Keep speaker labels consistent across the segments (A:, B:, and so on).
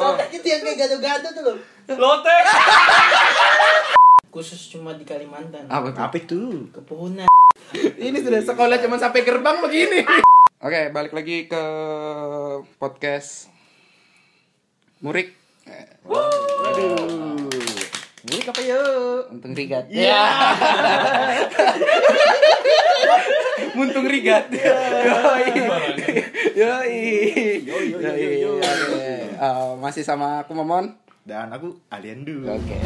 A: lotek itu yang kayak gado-gado tuh loh
B: Lotek.
A: khusus cuma di Kalimantan
C: Apa tuh?
D: Apa itu?
A: kepuhunan
C: Ini sudah sekolah cuma sampai gerbang begini. Oke, balik lagi ke podcast Murik. Eh,
D: Mulik apa
C: ya?
D: yuk?
C: Untung rigat. Ya. Muntung rigat. Iya. Yoi. Yoi.
D: yo, yo, yo.
C: Oke, eh, masih sama aku Momon.
D: Dan aku alien dulu.
C: Oke.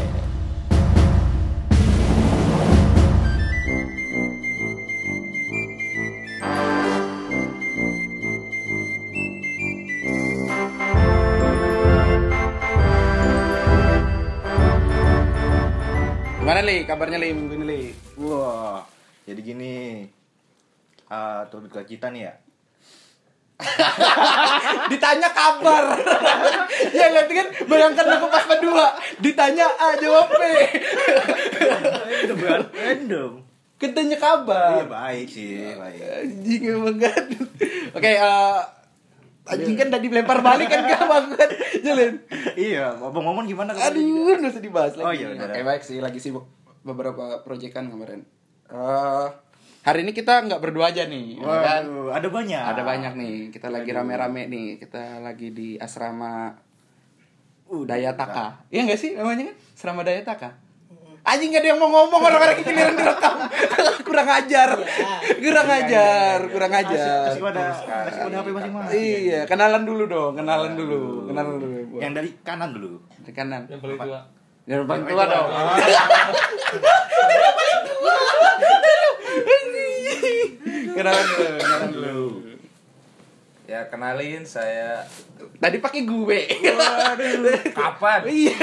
C: Gimana Li? Kabarnya Li minggu ini Li?
D: Wah, jadi gini. Ah, turut ke kita nih ya.
C: Eh, Ditanya kabar. ya lihat kan bayangkan aku pas kedua ditanya A jawab B.
D: Random.
C: Ketanya
D: Iya
C: kabar.
D: baik sih, baik.
C: Anjing emang kan. Oke, eh anjing kan tadi lempar balik kan gak banget. Jalan.
D: Iya, Abang Momon gimana kabarnya?
C: Aduh, nggak usah dibahas lagi.
D: Oh, iya, udah.
C: Oke, baik sih lagi sibuk beberapa proyekan kemarin. Eh hari ini kita nggak berdua aja nih. ya kan?
D: Waduh, ada banyak.
C: Ada banyak nih. Kita lagi rame-rame nih. Kita lagi di asrama Uh, Dayataka. Iya nggak sih namanya kan? Asrama Dayataka. Anjing gak ada yang mau ngomong orang-orang ini giliran direkam. kurang ajar. Kurang ajar, kurang ajar.
D: Kasih pada kasih pada HP masing-masing.
C: Iya, kenalan dulu dong, kenalan dulu, kenalan dulu.
D: Yang dari kanan dulu.
C: Dari kanan.
B: Yang paling tua.
C: Yang paling tua dong. Kenalan dulu, kenalan dulu.
E: Ya kenalin saya
C: Tadi pakai gue.
E: kapan?
C: Iya.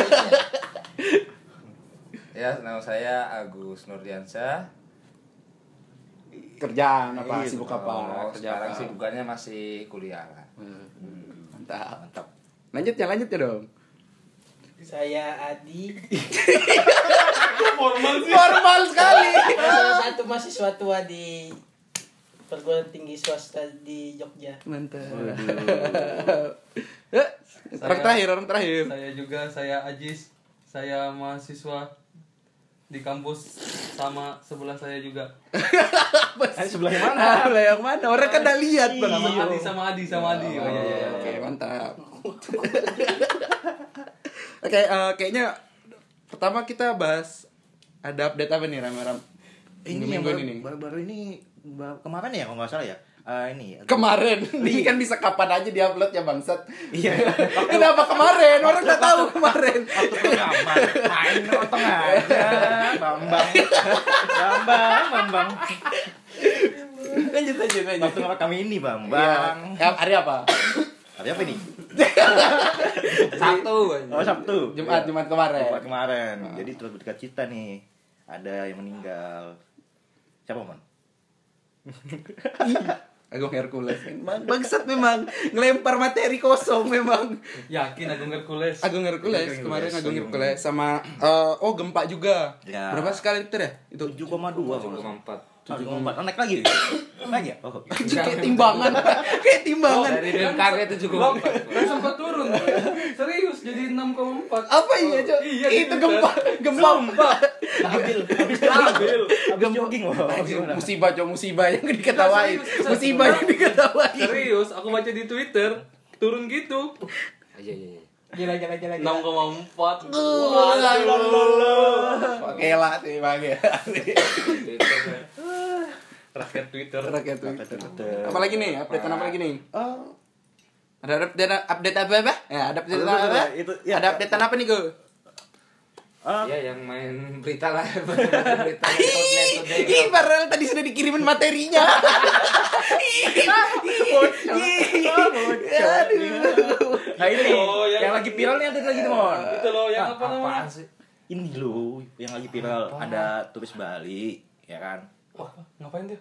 E: Ya nama saya Agus Nurdiansyah.
C: Kerjaan apa?
D: Iya,
C: Sibuk
E: Oh,
C: apa? Kerja
E: sekarang
C: apa?
E: sih bukannya masih kuliah lah.
C: Mantap.
D: Mantap.
C: Lanjut ya, lanjut ya dong.
A: saya Adi
B: Formal sih.
C: Formal sekali.
A: salah satu mahasiswa tua di perguruan tinggi swasta di Jogja
C: Mantap. Eh, Orang terakhir, orang terakhir.
B: Saya juga saya Ajis. Saya mahasiswa di kampus sama sebelah saya juga.
D: Ada sebelahnya mana?
C: Ah, lah yang mana? Orang kan udah lihat bang.
E: Iya.
B: Sama Adi sama Adi sama Adi. Oh, iya, iya,
C: Oke,
B: iya.
C: mantap. Oke, eh, kayaknya pertama kita bahas ada update apa nih Ram-Ram?
D: Ini
C: Minggu-minggu
D: yang baru,
C: ini. nih.
D: baru-baru ini ba- kemarin ya kalau nggak salah ya. Eh, ini
C: Kemarin, ini kan bisa kapan aja diupload ya bangsat.
D: Iya.
C: Kenapa kemarin? Orang nggak tahu kemarin.
D: waktu rekaman main otong aja bambang bambang bambang
C: Lanjut lanjut lanjut.
D: waktu rekaman kami ini bambang
C: Bang. Ya, hari apa? Iya.
D: hari apa ini
C: Sabtu. Nah.
D: oh sabtu
C: Jumat,
D: Iya.
C: Jumat kemarin.
D: Jumat kemarin jadi terus berdekat cita nih ada yang meninggal siapa mon
C: Agung Hercules. Bang- Bangsat memang ngelempar materi kosong memang.
B: Yakin Agung Hercules.
C: Agung
D: Agung
C: Hercules
D: Hercules,
C: kemarin Agung
D: Agung
C: Hercules sama eh, oh gempa juga.
D: Ya.
C: Berapa sekali liter ya? Itu
D: tujuh koma dua
E: Juga empat.
D: tujuh koma empat Oh, naik lagi naik ya oh
C: kayak timbangan. kayak timbangan.
E: Dari BMKG itu
B: Belum,
E: juga
B: kan sempat turun. Serius jadi 6,4.
C: Apa iya, Cok?
B: Iya,
C: itu
B: gitu.
C: gempa, gempa.
A: ambil
B: Ambil.
D: abis jogging loh
C: musibah, Cok, musibah yang diketawain.
B: Serius, serius.
C: Musibah yang diketawain.
B: Serius, aku baca di Twitter turun gitu.
E: Iya iya iya.
A: gila gila gila gila
B: 6,4.
C: Oke lah, terima kasih.
B: Twitter, ya. Rakyat Twitter.
C: Rakyat Twitter.
D: Twitter.
C: Apalagi nih? Update apa lagi nih?
D: Oh,
C: Ada update update apa apa? Ya, ada update
D: Itu,
C: apa? apa?
D: itu, ya.
C: Ada update apa nih, Go?
D: ah,
E: Iya yang main berita lah. berita Today, Today.
C: Ih, padahal tadi sudah dikirimin materinya. Ih, Aduh.
D: nah ini
B: Oh, yang-
D: yang lagi viral nih ada lagi tuh mon
B: Itu loh yang apa namanya?
E: Apaan sih?
D: ini loh yang lagi viral ada turis Bali ya kan
B: Wah, ngapain dia?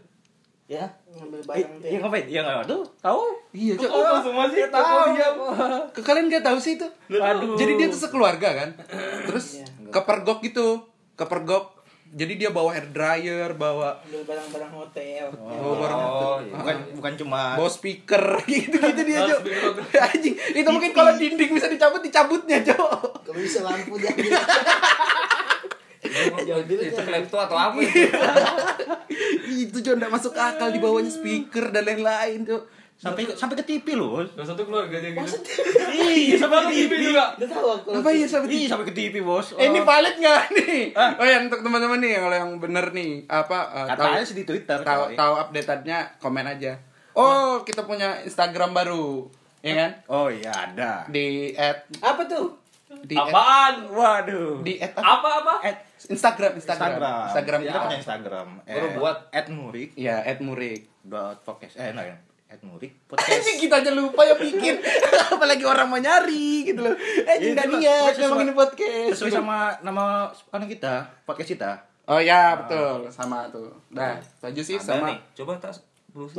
D: ya
A: ngambil
D: eh,
A: barang tuh
D: ya
A: ya.
D: ngapain ya nggak tahu tahu
C: Iya, Cok.
B: Kok langsung masih tahu dia?
C: Ke kalian gak tahu sih itu?
D: Aduh. Iya.
C: Jadi dia tuh sekeluarga kan. Terus kepergok gitu, kepergok Jadi dia bawa hair dryer, bawa
A: ambil barang-barang hotel
C: bawa barang
B: Oh,
C: itu.
D: bukan bukan cuma
C: bawa speaker gitu-gitu dia, Jo.
B: Oh,
C: Anjing, itu mungkin kalau dinding bisa dicabut, dicabutnya, Jo.
F: Kalau bisa lampu dia ambil. Jangan bilang,
E: gitu, itu
F: jangan.
E: klepto atau apa itu?
C: itu Jo enggak masuk akal dibawanya speaker dan lain-lain, Jo.
D: sampai sampai ke TV loh.
B: Yang satu keluarga dia gitu.
D: Iya,
B: Sama aku TV juga.
A: udah tahu aku
C: Apa ya sampai
D: Iya, sampai ke TV, Bos. Oh.
C: Eh, ini valid nggak nih? Oh ya untuk teman-teman nih kalau yang bener nih apa eh, tahu
D: katanya Nah. sih di Twitter.
C: tahu
D: coy.
C: tahu update-annya komen aja. Oh, kita punya Instagram baru. Ya kan?
D: Oh iya, ada.
C: Di at
A: apa tuh
C: di at,
B: Apaan?
D: Waduh.
C: di at apa?
B: Apa apa?
D: At
C: Instagram, Instagram.
D: Instagram. Ya.
C: Instagram
D: Kita
C: kita.
D: punya Instagram.
E: Baru
D: Eh,
E: buat.
D: at murik
C: Ya, at Murik.
D: dot podcast. Eh, enggak. At murik
C: Anjing
D: podcast.
C: kita aja lupa ya bikin apalagi orang mau nyari gitu loh. Eh,
D: Iya,
C: enggak
D: itu mah-
C: niat
D: sesuai-
C: ngomongin podcast.
D: Sesuai sama nama sekarang kita, podcast kita.
C: Oh ya, betul. Sama tuh. Nah, itu aja sih
D: Ada
C: sama.
D: nih.
E: Coba tas blusin.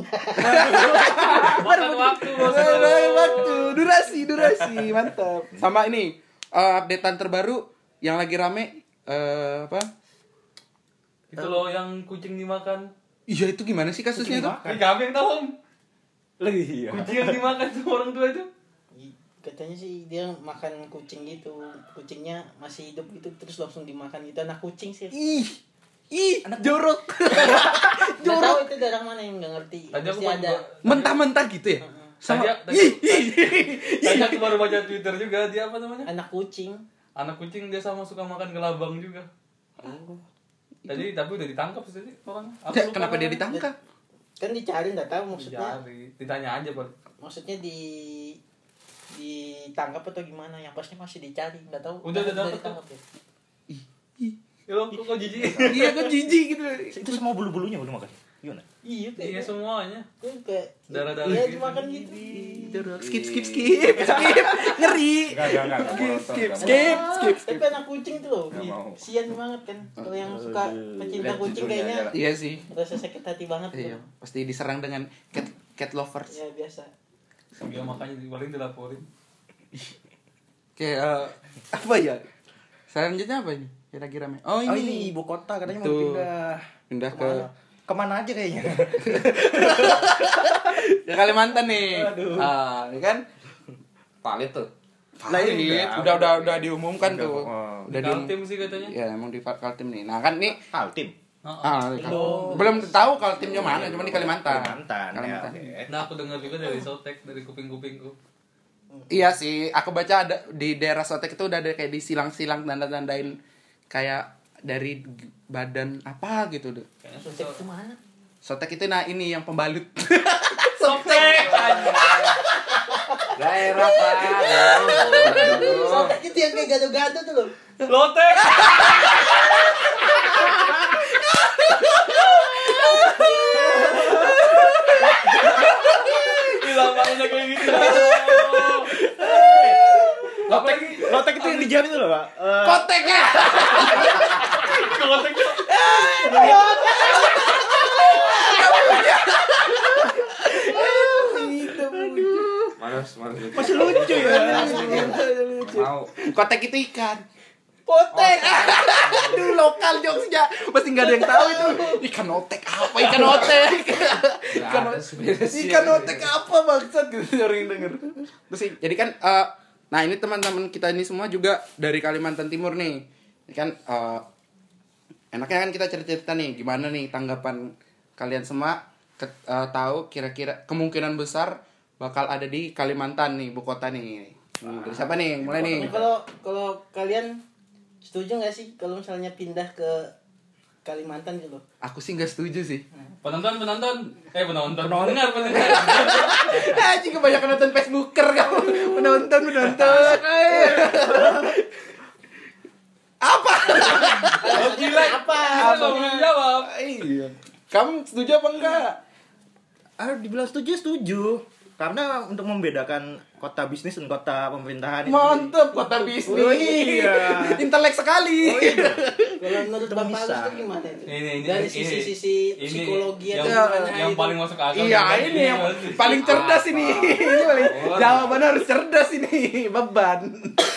B: Makan waktu bos.
C: Baru waktu, durasi, durasi, mantap. Sama ini eh, updatean terbaru yang lagi rame eh, apa?
B: Itu loh yang kucing dimakan.
C: Iya itu gimana sih kasusnya tuh?
B: Ini kami yang tahu. Om.
D: Iya.
B: Kucing yang dimakan sama orang tua itu.
A: katanya sih dia makan kucing gitu kucingnya masih hidup gitu terus langsung dimakan gitu anak kucing sih
C: Ih, ih, jorok.
A: nggak tahu itu darah mana yang nggak ngerti
B: Tadi aku kan
A: pasti
B: baru-
A: ada
C: Mentah-mentah gitu ya?
B: Tadi,
C: Sama.
B: tadi,
C: Ih, ih.
B: tadi aku baru baca Twitter juga dia apa namanya?
A: anak kucing
B: Anak kucing dia sama suka makan gelabang juga. Tadi tapi udah ditangkap sih tadi orang. Aku
C: Ya,
B: lupa
C: Kenapa dia
B: namanya.
C: ditangkap?
A: kan dicari nggak tahu maksudnya
B: Dicari. Ditanya aja bang.
A: maksudnya di ditangkap atau gimana yang pasti masih dicari nggak tahu
B: Udah, udah dapet
A: ditangkap ya
B: Ya lo kok kok jijik?
C: Iya kok jijik gitu.
D: Itu semua bulu-bulunya udah makan. Gimana?
A: iya kayak
B: Iya semuanya.
A: gue kayak
B: Darah-darah
A: iya
B: gitu.
A: dimakan gitu
C: Jorok. Skip, skip, skip, skip. Ngeri.
D: Enggak, enggak, enggak.
C: Skip, skip, skip, skip.
A: tapi anak kucing tuh loh
D: Nggak mau.
A: sian banget kan kalau yang suka pecinta
D: Lihat
A: kucing
D: judulnya
A: kayaknya
D: aja lah.
C: Iya sih.
A: rasa sakit hati banget tuh
C: Iya, pasti diserang dengan cat cat lovers.
A: ya biasa
B: Ya makanya paling dilaporin.
C: Oke, eh, apa ya? Selanjutnya apa ini? Kira-kira men? Oh
D: Oh,
C: ini,
D: ini ibu kota katanya mau
C: Tuh.
D: pindah.
C: pindah ke
D: Kemana aja kayaknya?
C: ke Kalimantan nih. Ah, ini kan?
E: Valid tuh.
D: Lah,
C: Valid.
D: ini
C: udah,
D: udah.
C: udah udah diumumkan
D: Udah,
C: tuh.
D: oh.
C: Udah dium-
B: Kaltim sih katanya. Oh,
C: Ya emang di Kaltim nih. Nah kan nih
D: Hal tim.
C: ah, belum tahu Kaltimnya mana, cuma di Kalimantan.
D: Iya, Kalimantan. Ya,
C: Kalimantan.
D: oke.
B: Nah aku dengar juga dari sotek dari kuping-kupingku.
C: Iya sih, aku baca ada di daerah Sotek itu udah ada kayak disilang-silang tanda-tandain kayak dari badan apa gitu deh.
B: Kayaknya
A: sotek
B: Ya, susah.
A: itu mana
C: Sotek itu nah ini yang pembalut.
B: Sotek.
E: Daerah Pak.
A: sotek itu gitu yang kayak gado-gado tuh loh
B: Lotek. Lambangnya kayak gitu.
D: Lotek, lotek itu yang dijamin itu loh, Pak. Eh,
C: Kotek ya.
B: Lotek.
E: Males, males.
D: Eh, masih lucu ya.
E: Mau.
C: Kotek itu ikan.
A: potek
C: Aduh lokal jokesnya Pasti gak ada yang tahu itu Ikan otek apa ikan otek Ikan,
E: Nggak ada sebenarnya sih.
C: ikan otek apa maksud gitu orang yang denger Terus sih, jadi kan eh, Nah ini teman-teman kita ini semua juga dari Kalimantan Timur nih Ini kan eh, Enaknya kan kita cerita-cerita nih Gimana nih tanggapan kalian semua ke- eh, Tahu kira-kira kemungkinan besar Bakal ada di Kalimantan nih Ibu kota nih Hmm, dari siapa nih? Mulai
A: Nah,
C: nih
A: kalau kalau kalian setuju nggak sih kalau misalnya pindah ke Kalimantan gitu loh
B: Oh,
C: Aku sih gak setuju sih
B: Penonton penonton. Eh penonton. Pendengar pendengar.
C: Aji kebanyakan nonton Facebooker kamu. Menonton, menonton. Apa?
A: Alasannya apa
B: Apa belum jawab?
C: Iya. Kamu setuju apa enggak?
D: Ah, dibilang setuju setuju. Karena untuk membedakan kota bisnis dan kota pemerintahan itu-
C: Mantep kota bisnis.
D: Iya. Oh, iya.
C: Intelek sekali.
D: Oh, iya.
A: kalau menurut
D: Itu
A: bapak
D: bisa.
A: Agus tuh gimana itu
B: Ini, ini,
A: dari
B: ini.
A: sisi sisi
B: Ini,
A: psikologi
B: yang,
A: atau gimana
B: yang
A: itu?
B: paling masuk akal.
C: Iya,
B: Yang
C: ini yang
B: pasti.
C: paling cerdas ini. Ini paling
E: Oh.
C: jawabannya harus cerdas ini. Beban.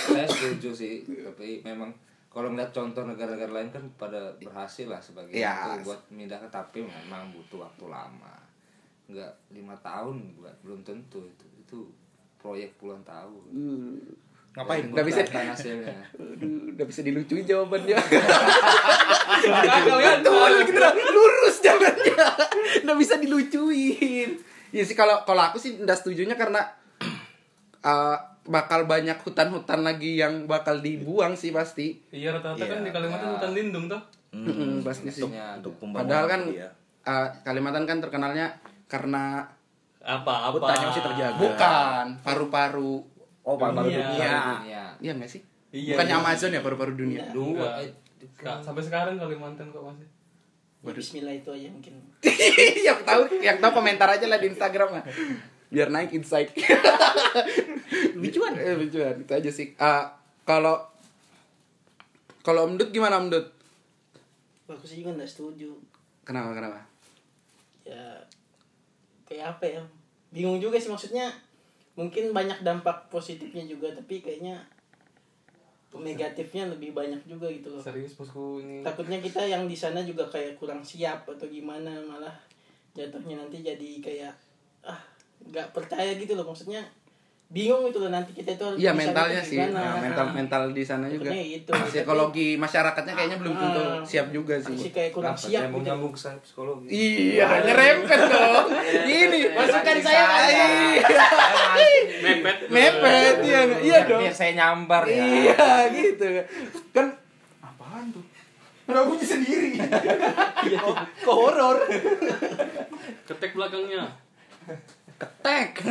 E: Saya setuju sih, tapi memang kalau melihat contoh negara-negara lain kan pada berhasil lah sebagai
C: Iya.
E: itu buat memindahkan tapi memang butuh waktu lama nggak lima tahun buat belum tentu itu itu proyek puluhan tahun
D: Ngapain?
C: Hmm.
E: Dan
C: Nggak bisa.
E: kelihatan hasilnya
C: Aduh, udah bisa dilucuin jawabannya.
B: Gagal kan?
C: Betul, gitu lah. lurus jawabannya. Nggak bisa dilucuin. Ya sih kalau kalau aku sih nggak setujunya karena eh, bakal banyak hutan-hutan lagi yang bakal dibuang sih pasti.
B: Iya rata-rata kan
D: Iya,
B: di Kalimantan
E: ya.
B: hutan lindung tuh.
C: Mm-mm, pasti sih.
E: Maksudnya ada.
D: Untuk pembangunan
C: Padahal kan
D: iya.
C: eh, Kalimantan kan terkenalnya karena
B: Apa-apa.
D: Hutannya masih terjaga.
C: bukan paru-paru.
D: Oh, paru-paru
B: Dunia.
D: dunia.
E: Iya.
C: Iya nggak sih?
B: Iya,
C: Bukannya
B: iya.
C: Amazon ya paru-paru dunia.
E: dua
B: Nggak.
E: eh,
B: Nggak, sampai sekarang Kalimantan kok masih.
A: Ya, Bismillah itu aja mungkin.
C: yang tahu yang tahu komentar aja lah di Instagram lah. biar naik insight lucuan eh, lucuan itu aja sih Ah, kalau kalau Om Dut gimana Om Dut
A: Wah, Aku sih juga nggak setuju.
C: kenapa kenapa
A: Ya kayak apa ya? Bingung juga sih maksudnya. Mungkin banyak dampak positifnya juga, tapi kayaknya negatifnya lebih banyak juga gitu loh.
B: Serius bosku ini.
A: Takutnya kita yang di sana juga kayak kurang siap atau gimana malah jatuhnya nanti jadi kayak ah nggak percaya gitu loh maksudnya bingung itu loh nanti kita itu harus
C: iya
A: bisa
C: mentalnya
A: gitu
C: sih
A: gimana.
C: Ah, mental mental di sana juga
A: Takutnya gitu.
C: psikologi masyarakatnya kayaknya belum tentu
A: Ah.
C: siap juga
A: masih
C: sih
A: kayak kurang
E: Kenapa?
A: siap
E: Saya mau
A: gitu.
E: nyambung ke saya psikologi
C: iya nyerempet dong ini
A: Masukkan Iya, saya Iya, kali.
B: Mepet.
C: mepet iya iya dong
E: Biar saya nyambar ya
C: iya gitu kan
A: Iya,
C: apaan tuh lagunya sendiri kok horor
B: Ketek belakangnya.
C: ketek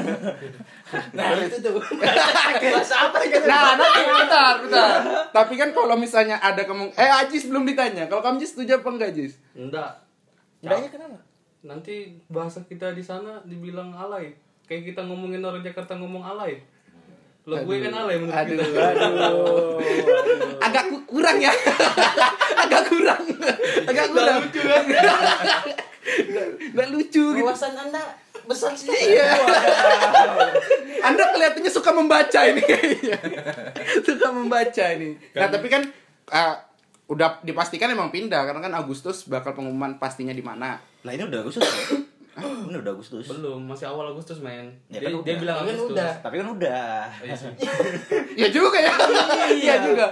A: Nah, itu tuh. Bahasa apa aja?
C: nah nanti bentar bentar tapi kan kalau misalnya ada kemung eh Ajis belum ditanya kalau kamu Jis setuju apa enggak Jis
B: Enggak.
D: Enggaknya kenapa?
B: Nanti bahasa kita di sana dibilang alay. Kayak kita ngomongin orang Jakarta ngomong alay. Lo gue kan alay menurut
C: aduh
B: kita.
C: aduh agak ku- kurang ya agak kurang agak kurang nggak lucu gitu
A: Wawasan Anda besar sekali.
C: Iya. Anda kelihatannya suka membaca ini kayaknya. suka membaca ini. Nah, tapi kan eh, udah dipastikan emang pindah karena kan Agustus bakal pengumuman pastinya di mana.
D: Lah ini udah Agustus. ya? Hah? ini udah Agustus.
B: Belum, masih awal Agustus, men.
D: Ya,
B: dia,
D: kan
B: dia
D: udah.
B: bilang
A: Kan
B: Agustus.
A: udah.
D: Tapi kan udah.
B: Oh, iya sih.
C: Ya juga ya. Iya juga.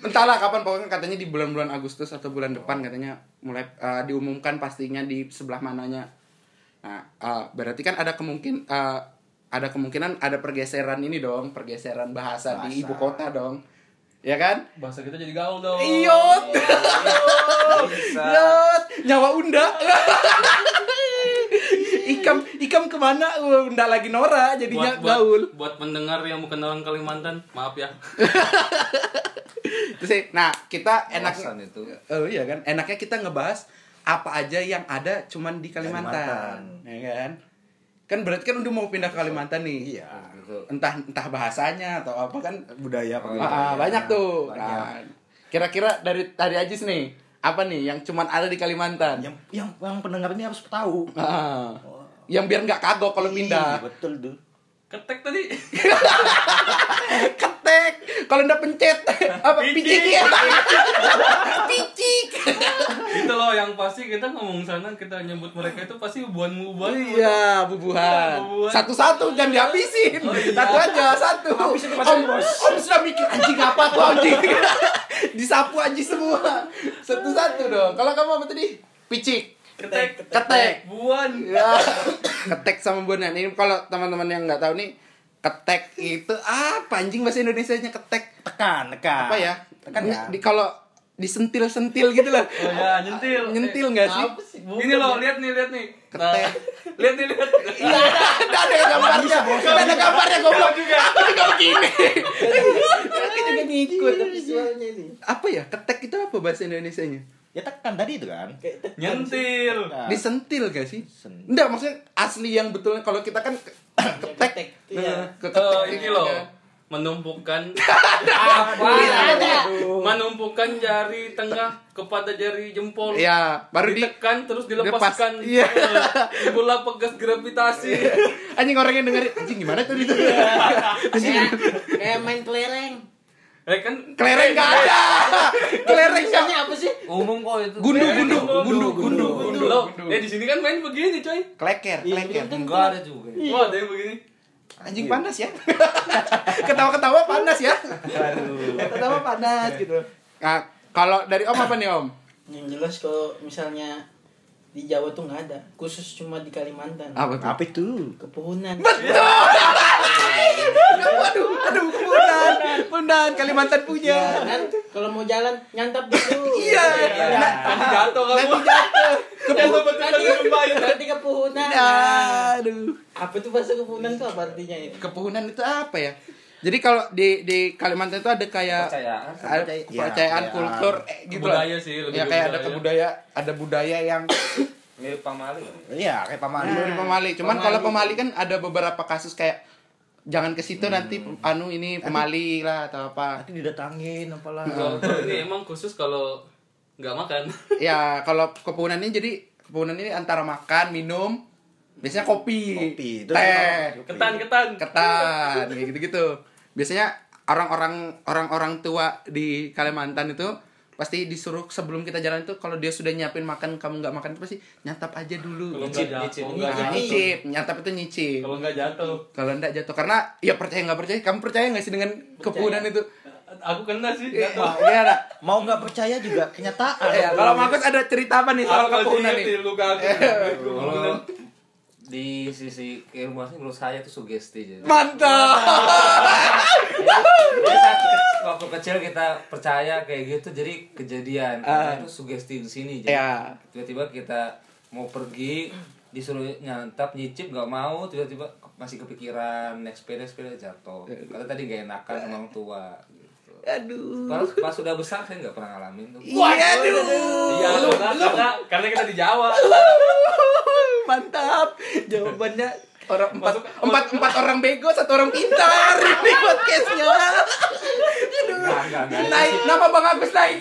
C: Entahlah kapan pokoknya katanya di bulan-bulan Agustus atau bulan depan katanya mulai eh, diumumkan pastinya di sebelah mananya. Nah, eh, berarti kan ada kemungkin eh, ada kemungkinan ada pergeseran ini dong, pergeseran bahasa, di ibu kota dong. Ya kan?
B: Bahasa kita jadi gaul dong.
C: Iyot. Yot, iya. nyawa unda. ikam ikam kemana? Uh, Unda lagi Nora jadinya gaul.
B: buat pendengar yang bukan orang Kalimantan, maaf ya.
C: Terus, eh, nah kita
E: Enakan
C: enaknya,
E: itu
C: oh iya kan, enaknya kita ngebahas apa aja yang ada cuman di Kalimantan, ya kan? Kan berarti kan udah mau pindah ke Kalimantan nih. Iya.
E: Betul.
C: Entah entah bahasanya atau apa kan
D: Budaya apa?
E: Oh, iya.
C: Ah, ah, banyak tuh.
D: Banyak.
C: Nah, kira-kira dari tadi Ajis nih, apa nih yang cuman ada di Kalimantan?
D: Yang yang yang pendengar ini harus tahu.
C: Ah. Yang biar nggak kagok kalau
D: Ih,
C: pindah.
D: Betul tuh.
B: Ketek tadi.
C: Ketek. Kalau nggak pencet apa picik ya? picik.
B: itu loh yang pasti kita ngomong sana kita nyebut mereka itu pasti
C: Oh
B: bubuhan-bubuhan.
C: iya, bubuhan.
B: Bubuhan.
C: Satu-satu jangan dihabisin.
B: Oh, iya.
C: Satu aja, satu. om, om sudah mikir anjing apa tuh anjing. Disapu anjing semua. Satu-satu dong. Kalau kamu apa tadi? Picik.
B: Ketek,
C: Ketek.
B: buan.
C: ya ketek sama bunan ini kalau teman-teman yang nggak tahu nih ketek itu apa anjing bahasa Indonesia nya ketek
D: Tekan, tekan.
C: apa ya
D: Tekan
C: Ini
D: ya.
C: di kalau disentil sentil gitu lah
B: Oh ya, nyentil.
C: nyentil nggak sih
A: Apa sih?
B: Ini loh, lihat nih, lihat nih. Nah,
C: Ketek.
B: lihat nih, lihat.
C: Nggak ada gambarnya nggak ada gambarnya goblok aku juga begini aku juga
A: Ikut
C: ngikut
A: visualnya nih.
C: apa ya ketek itu apa bahasa Indonesia nya
D: Ya tekan tadi itu kan.
A: Kayak tekan sih.
B: Nyentil.
D: Tekan.
C: disentil gak sih
D: Sen-
C: enggak maksudnya asli yang betulnya kalau kita kan ke- ketek
A: Ketek.
C: Nah,
A: Iya.
C: ke
B: Eh,
C: ketek
B: ini
C: gitu
B: loh.
C: kan.
B: Menumpukan
C: Iya,
A: Ada.
B: menumpukan jari tengah kepada jari jempol.
C: Iya, baru di
B: Ditekan terus
C: Dilepas.
B: dilepaskan.
C: Iya.
B: Eh, Bola pegas gravitasi.
C: anjing orang yang dengerin anjing gimana tadi itu
A: Kayak kayak main kelereng.
B: Eh kan
C: Kelereng gak ada. Kelereng gak
A: Tulisannya apa sih?
E: umum kok itu
C: Gundu, gundu, gundu, gundu,
B: gundu. Eh di sini kan main begini, coy.
C: Kleker, kleker.
E: enggak ada juga
B: Wah, ada yang begini.
C: Anjing panas ya. Ketawa-ketawa panas ya.
F: Pertama panas gitu.
C: Nah, kalau dari Om apa nih Om?
A: Yang jelas kalau misalnya di Jawa tuh nggak ada, khusus cuma di Kalimantan.
D: Apa itu?
A: Kepuhunan.
C: Aduh, aduh, pundan, pundan, Kalimantan punya.
A: Kan kalau mau jalan nyantap dulu.
C: Ya, Iya. Nah,
B: Tadi jatuh kamu.
C: Nanti jatuh.
B: Jatuh betul-betul
A: Tadi
B: gembain.
A: berarti kepuhunan.
C: Iya. nah.
A: kan?
C: Aduh.
A: Apa tuh bahasa kepuhunan tuh apa artinya ya? itu?
C: Kepuhunan itu apa ya? Jadi kalau di di Kalimantan itu ada kayak
E: Kepercayaan.
C: ada
D: Kepercayaan.
C: kepercayaan
D: Ya,
C: kultur eh, gitu lah.
B: Budaya sih, lebih
C: Ya
B: ke
C: kayak ada
B: budaya.
C: kebudaya, ada budaya yang
E: mirip pamali
D: Iya, kayak paman.
C: Nah, dari pemali. Cuman kalau pemali kan ada beberapa kasus kayak jangan ke situ nanti anu ini pemali lah atau apa.
D: Nanti didatangin apalah.
B: Kalau kalau ini emang khusus kalau nggak makan.
C: Ya, kalau kepunan ini jadi kepunan ini antara makan, minum, biasanya kopi,
D: Kopi, itu
C: teh,
B: Ketan-ketan.
C: ketan, kayak gitu-gitu. Biasanya orang-orang orang-orang tua di Kalimantan itu pasti disuruh sebelum kita jalan itu kalau dia sudah nyiapin makan kamu nggak makan itu pasti nyantap aja dulu
B: Kalau
C: nyicip
B: nggak jatuh,
C: Nah,
B: nggak jatuh.
C: nyicip nyantap itu nyicip
B: Kalau nggak jatuh.
C: kalau ndak jatuh karena ya percaya nggak percaya kamu percaya nggak sih dengan kepunan itu
B: Aku kena sih
C: Eh,
B: jatuh.
C: iya Nak.
D: Mau nggak percaya juga kenyataan.
C: Eh, kalau Markus ada cerita apa nih soal
B: Aku
C: kepunan
B: ingat
C: nih Eh,
B: di luka aku.
E: kalau di sisi keilmuan sih menurut saya itu sugesti jadi
C: mantap
E: Jadi saat ke- waktu kecil kita percaya kayak gitu jadi kejadian karena itu sugesti di sini jadi
C: Ah. Ya.
E: tiba-tiba kita mau pergi disuruh nyantap nyicip nggak mau tiba-tiba ke- masih kepikiran next pay next pay jatuh karena tadi nggak enakan sama orang tua gitu.
C: aduh
E: Pas, pas sudah besar saya nggak pernah ngalamin tuh.
C: iya aduh
B: Iya, karena, karena karena kita di Jawa.
C: mantap jawabannya orang empat
B: Masuk-
C: empat empat orang bego satu orang pintar ini podcastnya
E: Nggak, nggak, nggak.
C: naik nama bang Agus naik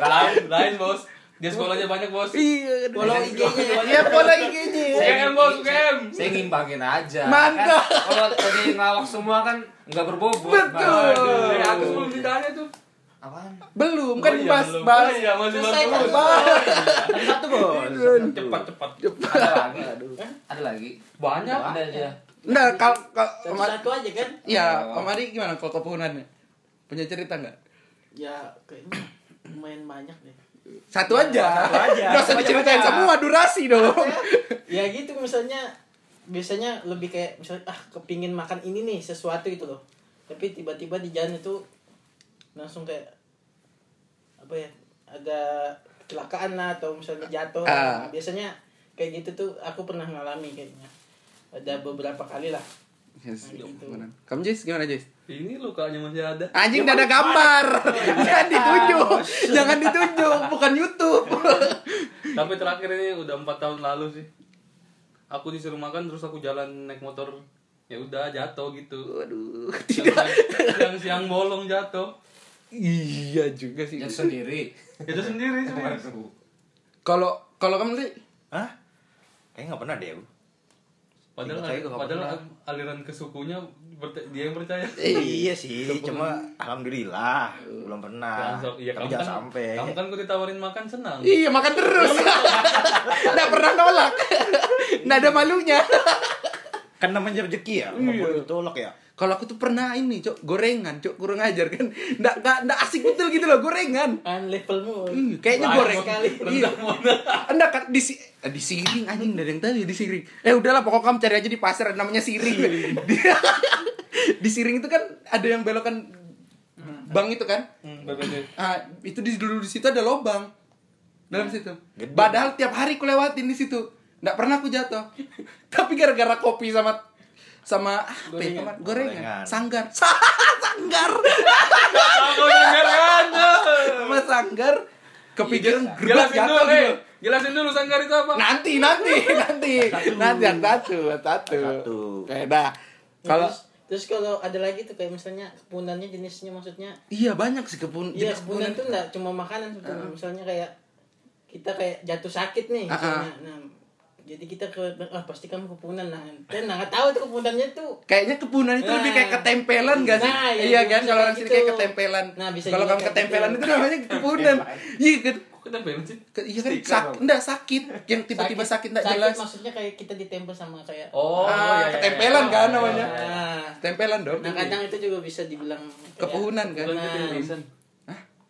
B: Lain, lain bos. Dia sekolahnya banyak bos.
C: iya aduh.
A: Follow IG-nya. ya.
C: iya pola IG-nya ya.
B: UGM bos, UGM.
C: Iya.
E: Saya ngimbangin aja.
C: Mantap.
E: Kan, kalau tadi ngelawak semua kan nggak berbobot.
C: Betul.
E: Nah,
B: Eh,
E: jadi
B: aku
E: aku
B: sebelum ditanya tuh.
E: apaan?
C: belum
B: Oh,
C: kan
B: iya,
C: bahas
B: belum.
C: bahas kan?
B: Oh, iya, masih
A: Selesai, kan?
B: baru.
A: Bang.
D: satu bos.
B: Cepat, cepat.
E: Ada lagi. Ada lagi.
B: Banyak.
E: Ada aja.
C: nah kalau kalau
A: Satu-satu aja kan?
C: Iya, Om Ari gimana kalau kepunannya? Punya cerita nggak?
A: Ya kayaknya lumayan banyak deh.
C: Satu aja.
D: satu aja.
C: Nggak usah diceritain semua durasi dong.
A: ya gitu misalnya biasanya lebih kayak misalnya ah kepingin makan ini nih sesuatu gitu loh tapi tiba-tiba di jalan itu langsung kayak apa ya ada kecelakaan lah atau misalnya jatuh
C: Ah.
A: biasanya kayak gitu tuh aku pernah ngalami kayaknya ada beberapa kali lah
C: Yes, Kamu Jis gimana Jis?
B: Ini lukanya masih ada.
C: Anjing udah ada gambar. Jangan ditunjuk. Jangan ditunjuk, bukan YouTube.
B: Tapi terakhir ini udah empat tahun lalu sih. Aku disuruh makan terus aku jalan naik motor. Ya udah jatuh gitu.
C: Waduh.
B: Tidak. Yang siang bolong jatuh.
C: Iya juga sih.
E: Yang sendiri.
B: Itu sendiri semua.
C: Kalau kalau kamu Li?
D: Hah? Kayaknya nggak pernah deh aku.
B: Padahal
D: Saya juga nggak
B: padahal
D: pernah.
B: aliran ke sukunya berte- dia yang percaya.
D: Iya sih, cuma alhamdulillah belum pernah.
B: Jangan sam- iya,
D: Tapi
B: kamu
D: Ah, jangan
B: kan-
D: sampai.
B: Kamu kan gue ditawarin makan senang.
C: Iya makan terus. Nggak pernah nolak. Nggak ada malunya.
D: Kan namanya rezeki ya, nggak boleh ditolak ya.
C: Kalau aku tuh pernah ini, Cok, gorengan, Cok, kurang ajar kan. Nggak, nggak, nggak asik betul gitu loh, gorengan.
A: kan levelmu
C: Hmm, kayaknya
A: Lain
C: goreng
A: sekali
C: Iya. Anda kan di si- eh, di siring anjing dari yang tadi di siring. Eh udahlah pokoknya kamu cari aja di pasar ada namanya siring. di, di siring itu kan ada yang belokan bank itu kan.
B: Hmm, BPD.
C: Ah, itu di dulu di situ ada lobang. Dalam situ. Padahal tiap hari ku lewatin di situ. Nggak pernah aku jatuh. Tapi gara-gara kopi sama sama apa ya, teman? gorengan.
D: Gorengan.
C: sanggar. sanggar.
B: Aku dengarkan.
C: sama sanggar kepikiran gelas
B: Jelasin dulu,
C: jatuh
B: eh.
C: gitu.
B: Jelasin dulu sanggar itu apa?
C: nanti nanti nanti nanti yang satu yang satu
D: Satu.
C: kayak dah kalau
A: terus, terus kalau ada lagi tuh kayak misalnya kepunannya jenisnya maksudnya
C: iya banyak sih kepun
A: Iya,
C: jenis
A: kebunan
C: kepunan.
A: tuh enggak cuma makanan sebetulnya. Misalnya kayak kita kayak jatuh sakit nih,
C: Ah, ah.
A: misalnya. Nah, jadi kita ke ah pasti kamu kepunan nah dan nggak tahu tuh kepunannya tuh
C: Kayaknya kepunan itu lebih kayak ketempelan gak sih?
A: Nah, iya,
C: Nah. iya
A: bisa
C: kan, kalau orang
A: kayak
C: sini kayak
A: gitu.
C: ketempelan.
A: Nah, bisa
C: kalau
A: jadi
C: kamu
A: kayak
C: ketempelan
A: gitu.
C: itu namanya kepunan. Iya kan?
B: Kok ketempelan sih?
C: Ke- Iya kan sakit, enggak sakit. Yang tiba-tiba sakit enggak jelas.
A: maksudnya kayak kita ditempel sama kayak
B: Oh,
C: Ah,
B: iya, iya,
C: ketempelan
B: iya.
C: kan namanya.
A: nah,
C: Ketempelan dong.
A: nah kadang itu juga bisa dibilang kayak-
C: Kepuhunan kan.
B: Bukan ketindisan.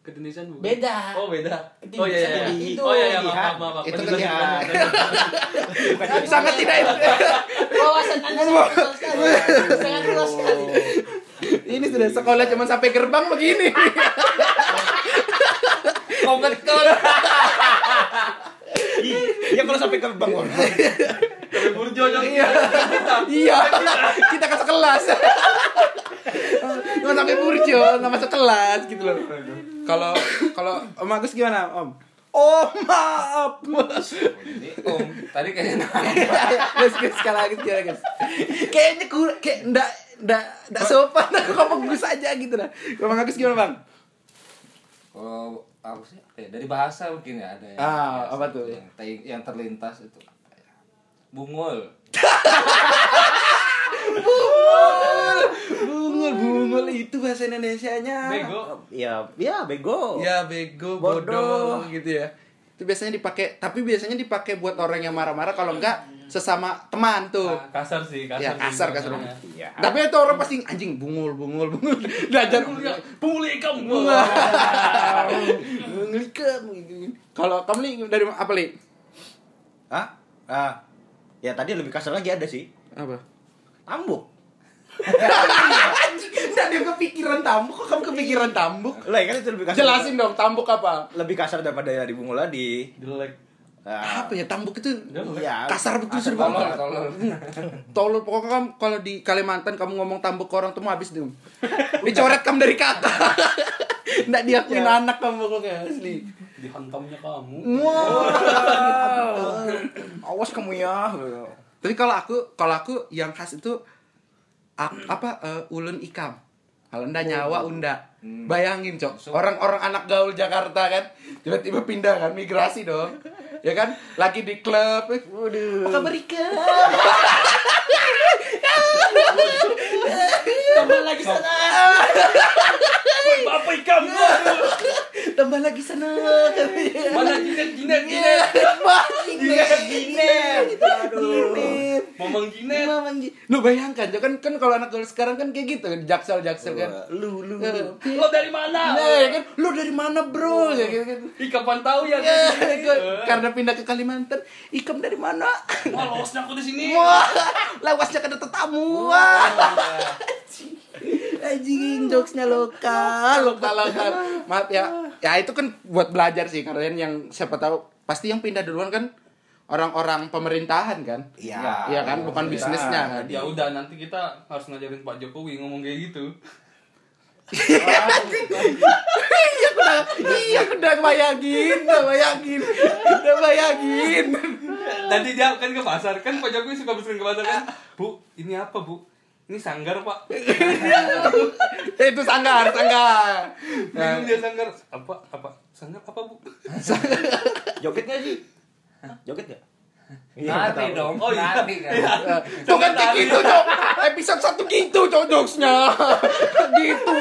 B: Ketindisan gitu bukan?
A: Beda.
B: Oh, beda.
A: Ketindisan
B: Oh iya iya.
A: itu
B: iya.
A: itu,
B: Oh iya iya,
A: lihat.
B: maaf maaf. maaf.
C: Itu
B: Penjelasan,
C: ketihan.
B: penjelasan.
C: Sangat tidak
A: wawasan anda sangat luas sekali sangat luas sekali
C: Ini sudah sekolah cuma sampai gerbang begini.
E: Oh betul.
D: Ya kalau sampai gerbang orang.
B: Tapi burjo yang
C: Iya. Iya. Kita ke sekelas. Nggak sampai burjo, nggak masuk kelas gitu loh. Kalau kalau Om Agus gimana, Om? Oh maaf.
E: Jadi om tadi kayaknya
C: guys, guys, sekali lagi, sekali lagi. guys. Kayaknya kur, kayak ndak ndak ndak sopan aku ngomong Gus aja gitu lah. Om Agus gimana, Bang?
E: kalau aku sih apa ya, dari bahasa mungkin ya ada yang
C: Ah,
E: biasa
C: apa
E: itu,
C: tuh?
E: yang, te- yang terlintas itu apa ya? bungul
C: Bungul, bungul itu bahasa Indonesianya.
B: bego.
D: Ya, ya bego.
C: Ya bego, bodoh
D: Bodoh.
C: gitu ya. Itu biasanya dipakai, tapi biasanya dipakai buat orang yang marah-marah kalau enggak sesama teman tuh.
B: Ah, Kasar sih, kasar.
C: ya
B: sih
C: kasar Iya. kasar
B: sebenarnya.
C: banget. Tapi itu orang pasti anjing bungul bungul bungul. Diajar bungul ya.
B: Pulih kamu.
C: Bungul ikem, gitu. Kalau kamu li dari apa li?
D: Hah? Ah. Ya tadi lebih kasar lagi ada sih.
C: Apa?
D: Tambuk.
C: Anjing, enggak dia kepikiran tambuk. Kok kamu kepikiran tambuk?
D: Lah ya kan itu lebih kasar.
C: Nah, Jelasin dong tambuk apa?
D: Lebih kasar daripada dari Bung Ladi.
B: Jelek.
D: Ah.
C: Apa ya tambuk itu?
D: Iya.
C: Kasar betul sih, Bang.
E: tolol tolol
C: Tolol pokoknya kamu kalau di Kalimantan kamu ngomong tambuk ke orang tuh mau habis tuh. Dicoret kamu dari kakak. Enggak diakuin anak kamu pokoknya asli.
B: Dihantamnya kamu.
C: Wow.
D: Awas kamu ya.
C: Tapi kalau aku kalau aku yang khas itu a- apa eh, ulun ikam. Kalau nda nyawa unda. Bayangin, Cok. Orang-orang anak gaul Jakarta kan tiba-tiba pindah kan migrasi dong. Ya kan? Lagi di klub. eh, Waduh. Apa kabar Ikam?
A: tambah lagi sana
B: Apa ikam? Iya.
C: Tambah lagi sana.
B: Mana jinet jinet jinet?
C: Iya,
B: Momong jinet.
C: Lu bayangkan, Cok, kan kan kalau anak gaul sekarang kan kayak gitu kan jaksel-jaksel kan. Lu lu.
B: Lo dari mana?
C: Nah, ya kan lu dari mana, Bro? Ya gitu. gitu.
B: Ih kapan tahu ya?
C: Ya, gua- karena pindah ke Kalimantan, ikam dari mana?
B: Wah, lolosnya aku di sini.
C: Wah, lewasnya kena tetamu. Wah, anjing jokesnya lokal, lokal, lokal. Maaf ya, ya itu kan buat belajar sih kalian yang siapa tahu pasti yang pindah duluan kan orang-orang pemerintahan kan?
D: Iya.
C: Iya kan, bukan bisnisnya kan?
B: Ya udah nanti kita harus ngajarin Pak Jokowi ngomong kayak gitu.
C: iya, aku udah, iya, aku udah bayangin, udah bayangin, udah bayangin.
B: Nanti dia kan ke pasar, kan Pak Jokowi suka sering ke pasar kan. Bu, ini apa bu? Ini sanggar pak.
C: Eh, itu sanggar, sanggar. Nah,
B: Bingung dia sanggar. Apa? Apa? Sanggar apa bu?
D: Joget gak sih? Hah? Joget gak?
E: nanti dong
B: Oh, iya.
E: nanti kan
C: Tuh kan kayak gitu, Cok. Episode satu gitu, Cok, jokesnya. gitu.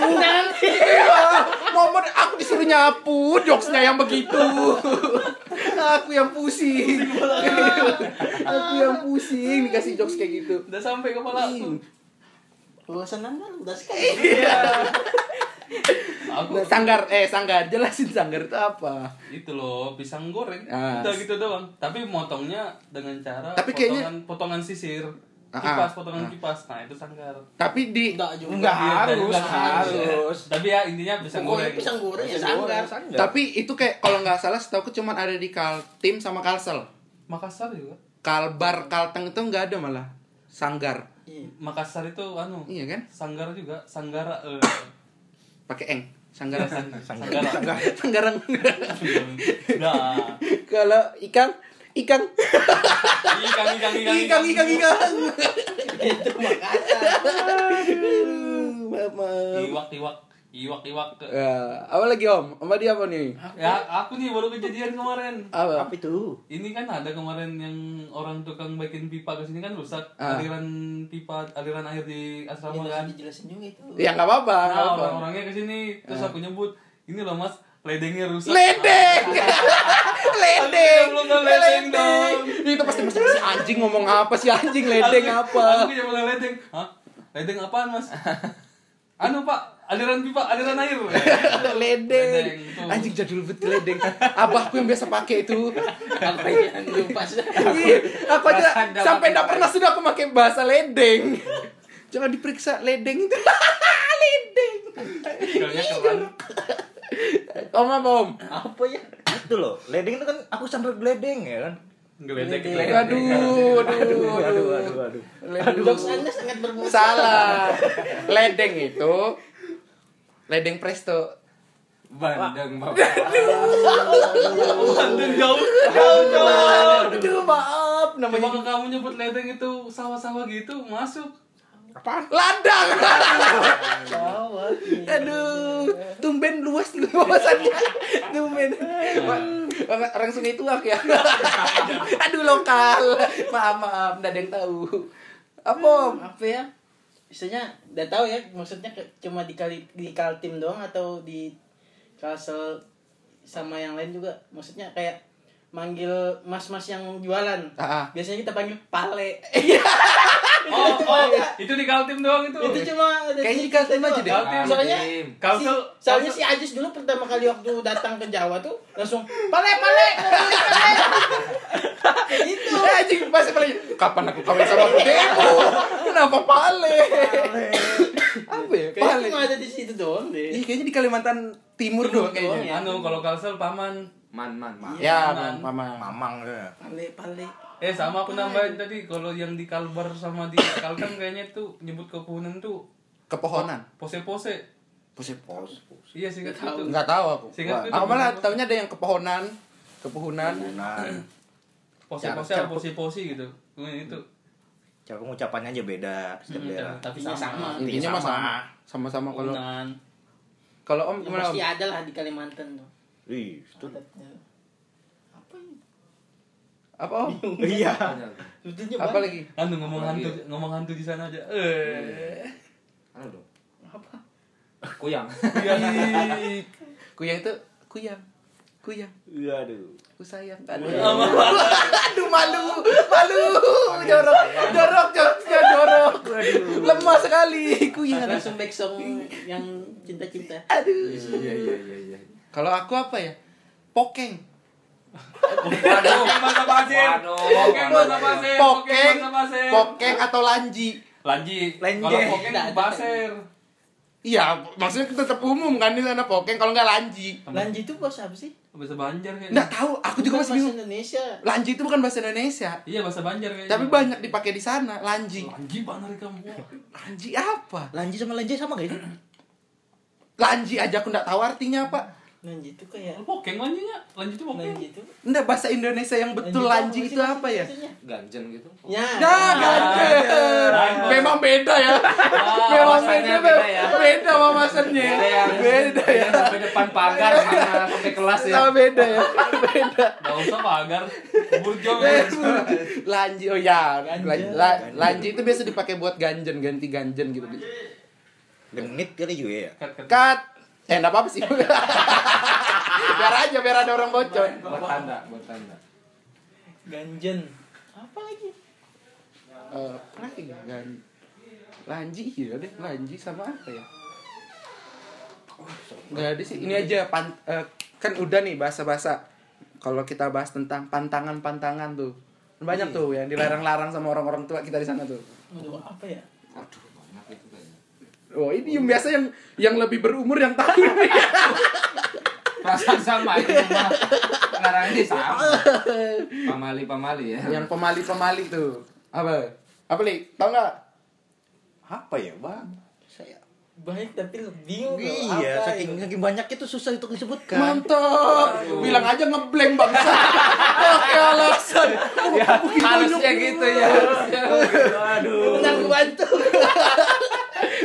C: Iya. Momen aku disuruh nyapu, jokesnya yang begitu. aku yang pusing. aku yang pusing dikasih jokes kayak gitu. Nah,
B: Udah sampai kepala aku.
A: wawasan anda udah sekali
B: Aku
C: Nah, sanggar, eh sanggar, jelasin sanggar itu apa.
B: itu loh pisang goreng.
C: Ah.
B: Udah gitu doang. Tapi motongnya dengan cara
C: Tapi kayaknya-
B: potongan, potongan sisir.
C: Ah, ah.
B: Kipas, potongan kipas. Nah itu sanggar. Iya,
C: Tapi di
A: enggak juga
D: Enggak harus,
B: Nggak
D: harus.
B: Tapi ya intinya pisang
A: pokoknya
B: goreng.
A: pisang
D: Iya,
A: goreng ya sanggar
C: tapi itu kayak kalau nggak salah setahu aku cuma ada di Kaltim sama Kalsel.
B: Makassar juga.
C: Kalbar, Kalteng itu nggak ada malah. Sanggar.
A: Iya.
B: Makassar itu anu.
C: Iya kan?
B: Sanggar juga. Sanggara. eh.
C: Pakai eng. Sanggar.
B: sanggara.
C: Sanggarang.
B: Nah,
C: Kalau ikan, ikan,
B: ikan ikan ikan
C: ikan, ikan, ikan.
A: itu makasih
C: Aduh, Maaf, maaf.
B: Iwak iwak. Iwak-iwak ke...
C: Eh, apa lagi om? Om Adi apa nih?
B: Ya, aku nih baru kejadian kemarin.
C: Apa?
D: Apa itu?
B: Ini kan ada kemarin yang orang tukang bikin pipa ke sini kan rusak
C: Ah. Iya,
B: aliran pipa, aliran air di
A: Ini
B: asrama kan.
A: harus dijelasin juga itu.
C: Ya nggak apa-apa. nggak
B: Nah,
C: apa-apa.
B: orang-orangnya ke sini terus aku nyebut, ini loh Mas, ledengnya rusak.
C: Ah. Ledeng, ledeng,
B: Aku juga belum ledeng dong.
C: Itu pasti pasti si anjing ngomong apa sih anjing ledeng
B: Aku-
C: apa?
B: Aku yang bilang ledeng. Hah? Ledeng apaan, Mas? anu, Pak, aliran pipa, aliran air. Oh,
C: Ledeng,
B: tuh.
C: anjing jadul banget ledeng. Abahku yang biasa pakai itu.
A: Apa yang lupa sih?
C: Iya, aku aja
E: Perasaan dalam
C: sampai nggak
E: pipa.
C: pernah sudah aku pakai bahasa ledeng. Jangan diperiksa ledeng itu. ledeng.
E: Kayaknya keren.
C: Om apa om?
A: Apa ya?
D: Itu loh, ledeng itu kan aku sambil gledeng ya kan.
B: Ngeledek.
A: Ledeng.
C: Aduh, aduh, aduh,
D: aduh, aduh.
C: Ledeng.
A: Jokes Anda sangat bermutu.
C: Salah. Ledeng itu ledeng presto.
E: Bandeng bapak.
B: Bandeng jauh, jauh, jauh.
C: Aduh, maaf
B: Coba
C: namanya
B: kalau kamu nyebut ledeng itu sawah-sawah gitu masuk.
C: ladang.
A: Gawat nih.
C: Aduh, tumben luas lu wawasannya. Tumben. Orang orang sini tuak ya. Aduh, lokal. Maaf, maaf, enggak ada yang tahu. Apa? Om?
A: Apa ya? Biasanya udah tahu ya maksudnya ke- cuma di kali di Kaltim doang atau di Kalsel sama yang lain juga. Maksudnya kayak manggil mas-mas yang jualan.
C: Ah, Iya. ah.
A: Biasanya kita panggil pale.
B: Oh, oh,
C: iya.
B: itu di Kaltim doang itu.
A: itu cuma ada
C: Kayaknya di
A: kita
C: Kaltim aja
A: doang.
C: deh.
B: Kaltim.
A: Soalnya
E: Kaltim.
A: si,
B: Kalsel,
A: soalnya si Ajis dulu pertama kali waktu datang ke Jawa tuh langsung pale pale gitu. mau beli pale.
C: Itu anjing pas paling kapan aku kawin sama Debo? Kenapa pale? Apa ya?
A: Kayaknya
C: Pale. Iya.
A: cuma ada di situ doang deh.
C: Ih, kayaknya di Kalimantan Timur doang
A: doang ya.
C: kayaknya.
B: anu kalau Kalsel paman.
E: Man man man.
C: Ya,
B: Paman.
C: mama.
D: Mamang ya.
A: Pale pale.
B: Eh sama aku
C: Iya.
B: nambahin tadi kalau yang di Kalbar sama di Kaltim kayaknya tuh nyebut kepunan tuh
C: Kepohonan.
B: pose-pose.
C: Pusip pos.
B: Iya sih kan itu.
C: Enggak tahu aku.
B: Singkat
C: Wah,
B: itu
C: aku malah
B: apa?
C: tahunya ada yang kepohonan. Kepuhunan.
D: Nah,
B: Pose-pose
C: Cara-
B: apa posi-posi gitu. Kemudian itu. Iya.
D: cara pengucapannya aja beda
B: Hmm,
D: setiap daerah.
B: Tapi
A: Artinya sama.
C: Intinya mah sama. Sama-sama kalau
B: Kepunan.
C: kalau om
A: Ya,
C: gimana om?
A: pasti ada lah di Kalimantan tuh.
D: Ih, itu.
A: Adatnya. Apa ini?
C: Apa om?
D: Iya.
A: Sebetulnya
C: Apa
A: banyak.
C: lagi?
B: Anu ngomong hantu, ngomong hantu di sana aja.
C: Iya.
B: Eh.
E: Anu dong.
A: Apa?
E: Kuyang.
C: Ih, Kuyang itu kuyang. Kuyang.
D: Waduh.
C: Ku sayang Aduh. Aduh malu, malu. Jorok, jorok, joroknya jorok. Lemah sekali kuyang.
A: Langsung back song yang cinta-cinta.
C: Aduh.
E: Iya iya iya iya.
C: Kalau aku apa ya? Pokeng.
B: Waduh, masa pasir.
E: Waduh.
B: Oke, masa pasir. Oke,
C: Pokeng.
B: masa pasir.
C: Pokeng atau lanji.
B: Lanji.
D: Lenje.
B: Kalau pokeng
A: Tidak ada.
B: pasir.
C: Iya, maksudnya tetap umum kan di sana pokeng kalau nggak lanji.
A: Lanji itu bahasa apa sih?
B: Bahasa Banjar kayaknya.
C: Nggak tahu, aku
A: Bukan
C: juga masih
A: bahasa
C: bingung.
A: Indonesia.
C: Lanji itu bukan bahasa Indonesia,
B: Iya bahasa Banjar kayaknya.
C: tapi banyak dipakai di sana. Lanji,
B: Lanji banget kamu.
C: lanji apa?
D: Lanji sama lenje sama gak sih?
C: Lanji aja aku nggak tahu artinya apa.
A: Lanji itu kayak
B: Lu Pokeng lanjinya. Lanji itu pokeng.
A: Lanji itu.
C: Nggak bahasa Indonesia yang betul lanji
A: sih
C: itu apa ya?
A: maksudnya?
E: Ganjen gitu.
A: Ya.
C: Nah, ganjer. Memang beda ya. Memang beda,
E: wawasannya
C: ah. beda,
E: beda ya.
C: beda wawasannya.
E: Beda ya.
C: Beda ya.
E: Sampai depan pagar sama sampai kelas ya.
C: Sama beda ya. Beda.
B: Gak usah pagar. Burjo.
C: Lanji, oh ya,
A: Ganjen.
C: Lan- la- lanji itu biasa dipakai buat ganjen, ganti ganjen gitu.
D: Genit kali juga ya.
B: Kat, kat.
C: Cut. Eh, enggak apa-apa sih. biar aja, biar ada orang bocor.
E: Buat tanda, buat tanda.
A: Ganjen. Apa lagi?
C: Eh, lagi gan- lanji iya deh, lanji sama apa ya? Enggak ada sih. Ini aja pan- eh, kan udah nih bahasa-bahasa. Kalau kita bahas tentang pantangan-pantangan tuh. Kan Banyak tuh yang dilarang-larang sama orang-orang tua kita di sana tuh.
A: Aduh, apa ya?
E: Waduh, banyak itu kayaknya.
C: Oh, ini yang biasa yang yang lebih berumur yang tahu nih.
E: Perasaan sama itu mah. Ngarangnya sama. Pamali pamali ya.
C: yang pemali-pemali tuh. Apa? Apa, Li? Tahu nggak?
D: Apa ya, Bang? Saya
A: Banyak tapi lu bingung loh,
D: Iya,
A: apa ya?
D: saking
A: itu?
D: saking banyak itu susah untuk
C: Kan.
D: disebutkan.
C: Mantap. Bilang aja ngeblank bangsa. Oke alasan. Ya,
E: Harusnya gitu ya.
A: Tenang, gua bantu.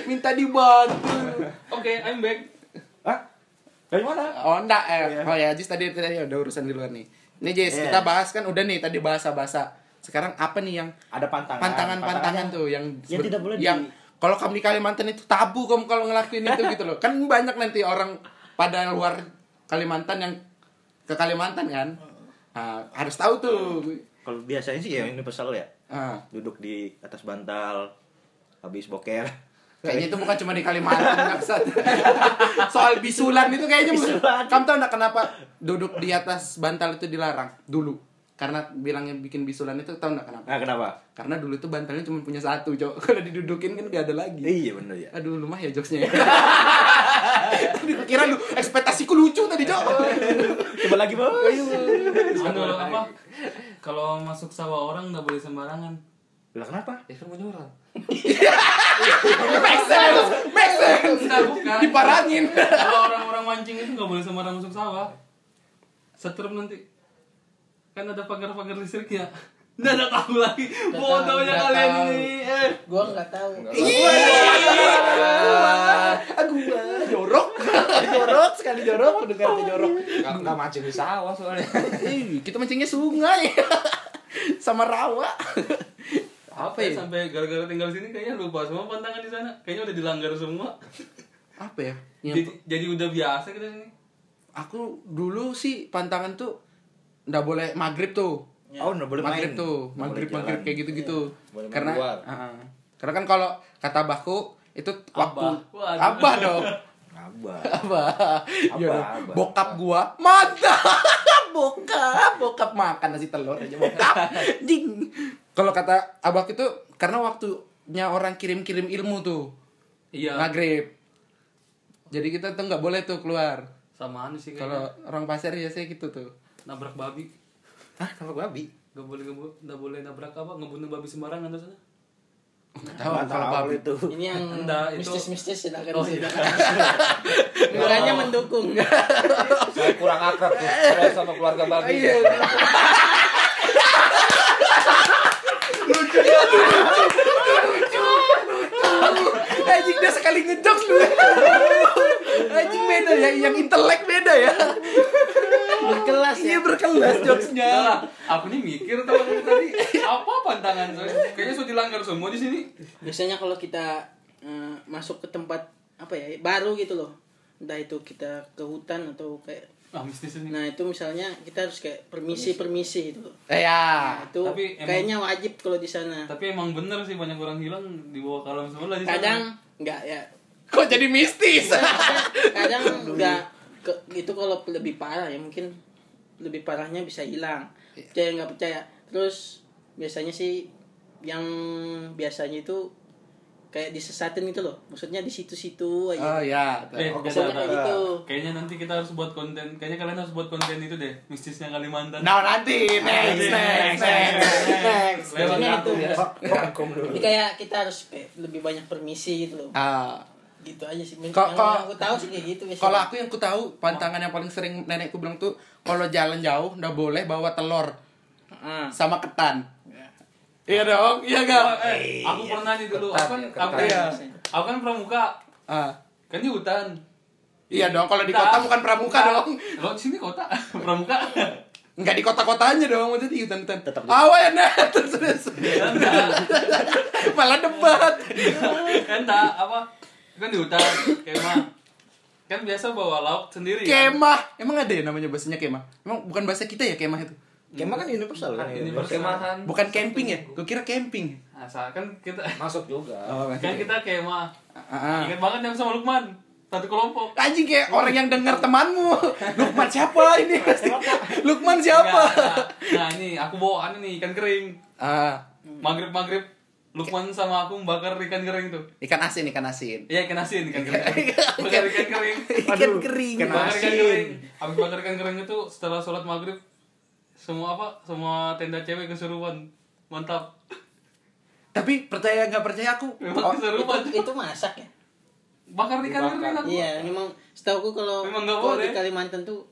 C: Minta dibantu.
B: Oke, I'm back.
D: Hah? Dari mana?
C: Oh enggak, eh.
D: Iya.
C: oh ya Jis tadi tadi ada urusan di luar nih. Nih Jis,
D: Iya.
C: kita bahas kan udah nih tadi bahasa-bahasa. Sekarang apa nih yang
D: Ada pantangan.
C: pantangan-pantangan tuh yang
D: Yang
C: sebe-
D: tidak boleh
C: yang
D: di-
C: kalau kamu di Kalimantan itu tabu kamu kalau ngelakuin itu gitu loh. Kan banyak nanti orang pada luar Kalimantan yang ke Kalimantan kan. Nah, harus tahu tuh.
D: Kalau biasanya sih ya universal ya.
C: Ah,
D: Duduk di atas bantal habis boker.
C: kayaknya itu bukan cuma di Kalimantan maksud. Soal bisulan itu kayaknya bukan-
D: Bisulan.
C: kamu tahu enggak kenapa duduk di atas bantal itu dilarang dulu? Karena bilangnya bikin bisulan itu tahu enggak kenapa?
D: Nah, kenapa?
C: Karena dulu tuh bantalnya cuma punya satu, Cok. Kalau didudukin kan gak ada lagi.
D: Iya bener ya.
C: Aduh, lumah ya jokesnya ya. Kira lu ekspektasiku lucu tadi, Cok.
D: Coba lagi, Bos. Iya,
B: Anu apa? Kalau masuk sawah orang nggak boleh sembarangan.
D: Lah kenapa?
E: Ya kan mau nyoran.
C: Make sense, make sense.
B: Enggak bukan.
C: Diparangin.
B: Kalau orang-orang mancing itu nggak boleh sembarangan masuk sawah. Setrum nanti. Kan ada pagar-pagar listriknya. Nggak ada tahu lagi. Bodohnya
C: nggak
B: kalian
C: tahu.
B: ini. Eh.
A: Gua nggak tahu.
C: Aku jorok.
F: jorok sekali jorok pendengar jorok
E: Nggak nggak mancing di sawah soalnya.
C: Ih, kita mancingnya sungai. Sama rawa.
B: Apa ya? Sampai gara-gara tinggal sini kayaknya lupa semua pantangan di sana. Kayaknya udah dilanggar semua.
C: Apa ya?
B: Jadi,
C: Yang-
B: jadi udah biasa kita sini.
C: aku dulu sih pantangan tuh nggak boleh maghrib tuh.
D: Oh, enggak boleh
C: maghrib
D: main.
C: tuh
D: Nggak
C: maghrib
D: boleh
C: maghrib
D: jalan. Iya,
C: kayak gitu gitu
E: Boleh main
C: karena
E: luar.
C: Ah, ah. karena kan kalau kata baku itu waktu
B: Waduh.
C: abah dong
D: Abah.
C: abah ya dong.
D: abah,
C: bokap gua mantap bokap bokap makan nasi telur aja bokap jing kalau kata abah itu karena waktunya orang kirim kirim ilmu tuh
B: Iya.
C: maghrib jadi kita tuh nggak boleh tuh keluar
B: Sama anu sih
C: kalau
B: kayaknya.
C: orang pasir biasanya gitu tuh
B: Nabrak babi.
D: Hah, kenapa babi?
B: Gak boleh ngebu- nggak boleh nabrak apa? Ngebunuh babi sembarangan terus sana.
C: nggak tahu
D: Tahu
C: kalau babi
D: itu.
A: Ini yang
B: Enggak, itu-
A: mistis-mistis tidak akan
B: Oh,
A: disini.
B: iya.
A: Negaranya mendukung.
E: Saya kurang akrab tuh kalau sama keluarga ya. babi.
C: Anjing dia sekali ngejokes lu. Anjing beda ya, yang intelek beda ya.
A: Berkelas ya.
C: Iya berkelas jokesnya.
B: Enggak lah, aku nih mikir tau dari tadi apa pantangan saya? Kayaknya sudah dilanggar semua di sini.
A: Biasanya kalau kita eh, masuk ke tempat apa ya baru gitu loh. Entah itu kita ke hutan atau kayak
B: Ah mistis ini.
A: Nah itu misalnya kita harus kayak permisi permisi gitu.
C: Eh, ya.
A: Nah, itu
B: Ah, Tapi emang-
A: kayaknya wajib kalau di sana.
B: Tapi emang bener sih banyak orang hilang di bawah kolam sebelah di sana.
A: Kadang nggak ya. Nah,
C: Kok jadi mistis?
A: Kadang nggak ke- itu kalau lebih parah ya mungkin lebih parahnya bisa hilang.
B: Iya.
A: Percaya nggak percaya. Terus biasanya sih yang biasanya itu kayak disesatin gitu loh. Maksudnya di situ-situ
C: Oh
A: aja.
C: ya.
B: Deh,
A: Oh,
B: beda,
A: biasanya
B: Eh, ada.
A: kayak gitu.
B: Kayaknya nanti kita harus buat konten. Kayaknya kalian harus buat konten itu deh, mistisnya Kalimantan.
C: Nah nanti next next next.
A: Next.
B: Lewat
A: Maksudnya
B: aku
A: itu.
B: ya.
A: Jadi kayak kita harus kayak lebih banyak permisi gitu loh.
C: Ah,
A: Gitu aja sih. Yang
C: Kok- kok-
A: aku tahu sih kayak gitu biasanya.
C: kalau aku yang ku tahu pantangan yang paling sering nenekku bilang tuh kalau jalan jauh nggak boleh bawa telur
A: Heeh.
C: sama ketan. Iya dong, iya gak?
B: Eh, aku pernah nih dulu. Aku kan,
E: Ketat,
B: aku,
E: ya,
B: aku kan pramuka.
C: Ah,
B: Kan di hutan.
C: iya dong, kalau di kota bukan pramuka dong.
B: Lo di sini kota, pramuka.
C: Enggak di kota-kotanya dong, maksudnya gitu. di hutan-hutan.
D: Tetap di-
C: Awal ya, nah, terus, terus. Malah debat.
B: Entah apa? Kan di hutan, kemah. Kan biasa bawa lauk sendiri. kan?
C: Kemah. Emang ada ya namanya bahasanya kemah? Emang bukan bahasa kita ya kemah itu?
D: Kemah kan universal kan.
B: Universal.
E: Kemahan.
C: Bukan camping ya? Gue kira camping.
B: Asalkan kan kita
E: Masuk juga.
B: kan kita kemah.
C: Oh, iya. Ah, ah.
B: Ingat banget yang sama Lukman. Satu kelompok.
C: Anjing kayak orang yang dengar temanmu. Lukman siapa ini? Pasti. Lukman siapa?
B: Enggak, enggak. Nah, ini aku bawa anu nih ikan kering.
C: Ah,
B: Maghrib-maghrib Lukman sama aku membakar ikan kering tuh.
C: ikan asin, ikan asin.
B: Iya, ikan asin, ikan kering. Bakar ikan kering.
C: Ikan kering.
B: Bakar ikan kering. Habis bakar ikan kering itu setelah sholat maghrib semua apa? Semua tenda cewek keseruan. Mantap.
C: Tapi percaya nggak percaya aku?
A: itu,
B: Memang keseruan.
A: Oh, itu masak ya?
B: Bakar ikan kering aku.
A: Iya, memang setahu aku kalau
B: Memang nggak
A: kalau
B: boleh.
A: di Kalimantan tuh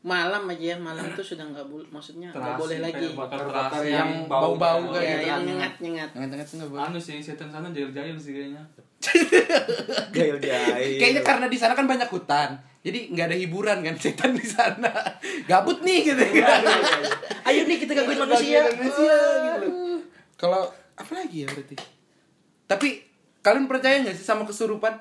A: malam aja ya, malam tuh sudah nggak boleh, maksudnya nggak
B: Terasi,
A: boleh lagi.
B: kayak bakar
E: Terbakar
B: terasi.
C: yang bau-bau
A: Iya,
C: kayak gitu.
A: yang nyengat nyengat.
C: Tengah-tengah tuh nggak boleh.
B: Anu sih, setan sana jahil-jahil sih kayaknya.
D: Jahil jahil.
C: Kayaknya karena di sana kan banyak hutan. Jadi nggak ada hiburan kan setan di sana. Gabut nih gitu kan. Ayo nih kita gangguin manusia. Wah, aduh. iya, gitu. Kalau apa lagi ya berarti? Tapi kalian percaya nggak sih sama kesurupan?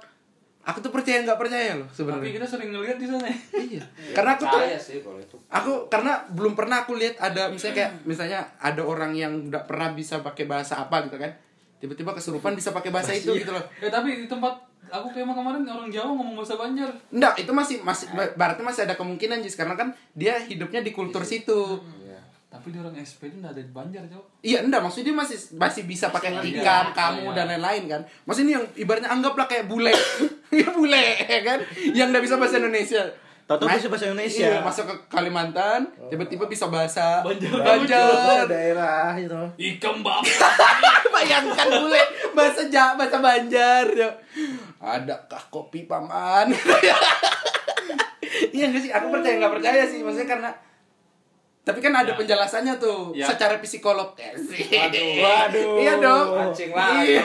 C: Aku tuh percaya nggak percaya loh
B: Tapi
C: sebenarnya.
B: kita sering ngeliat di sana. ya.
C: Iya. Karena aku tuh
E: gitu. Percaya sih kalau itu.
C: aku karena belum pernah aku lihat ada misalnya kayak misalnya ada orang yang nggak pernah bisa pakai bahasa apa gitu kan tiba-tiba kesurupan bisa pakai bahasa itu gitu loh
B: Eh tapi di tempat aku kayak kemarin orang Jawa ngomong bahasa Banjar.
C: Enggak, itu masih masih ber- berarti masih ada kemungkinan Jis karena kan dia hidupnya di kultur situ.
B: Tapi di orang SP itu nggak ada di Banjar cowok.
C: Iya, enggak, maksudnya dia masih masih bisa pakai ikan, kamu
B: Iya.
C: dan lain-lain kan. Maksudnya ini yang ibaratnya anggaplah kayak bule. Iya bule ya kan yang enggak bisa bahasa Indonesia.
D: Tahu-tahu
C: Mas-
D: bisa bahasa Indonesia.
C: Iya, masuk ke Kalimantan, tiba-tiba bisa bahasa
B: Banjar.
C: Banjar.
D: daerah gitu. itu.
B: Ikan bab.
C: Bayangkan bule bahasa Jawa, bahasa Banjar. Ya. Adakah kopi paman? iya nggak sih? Aku percaya nggak percaya sih maksudnya karena tapi kan ada penjelasannya tuh
B: Ya.
C: secara psikolog ya sih.
E: Waduh.
D: Waduh.
C: Iya dong.
E: Mancing lagi.
C: Iya.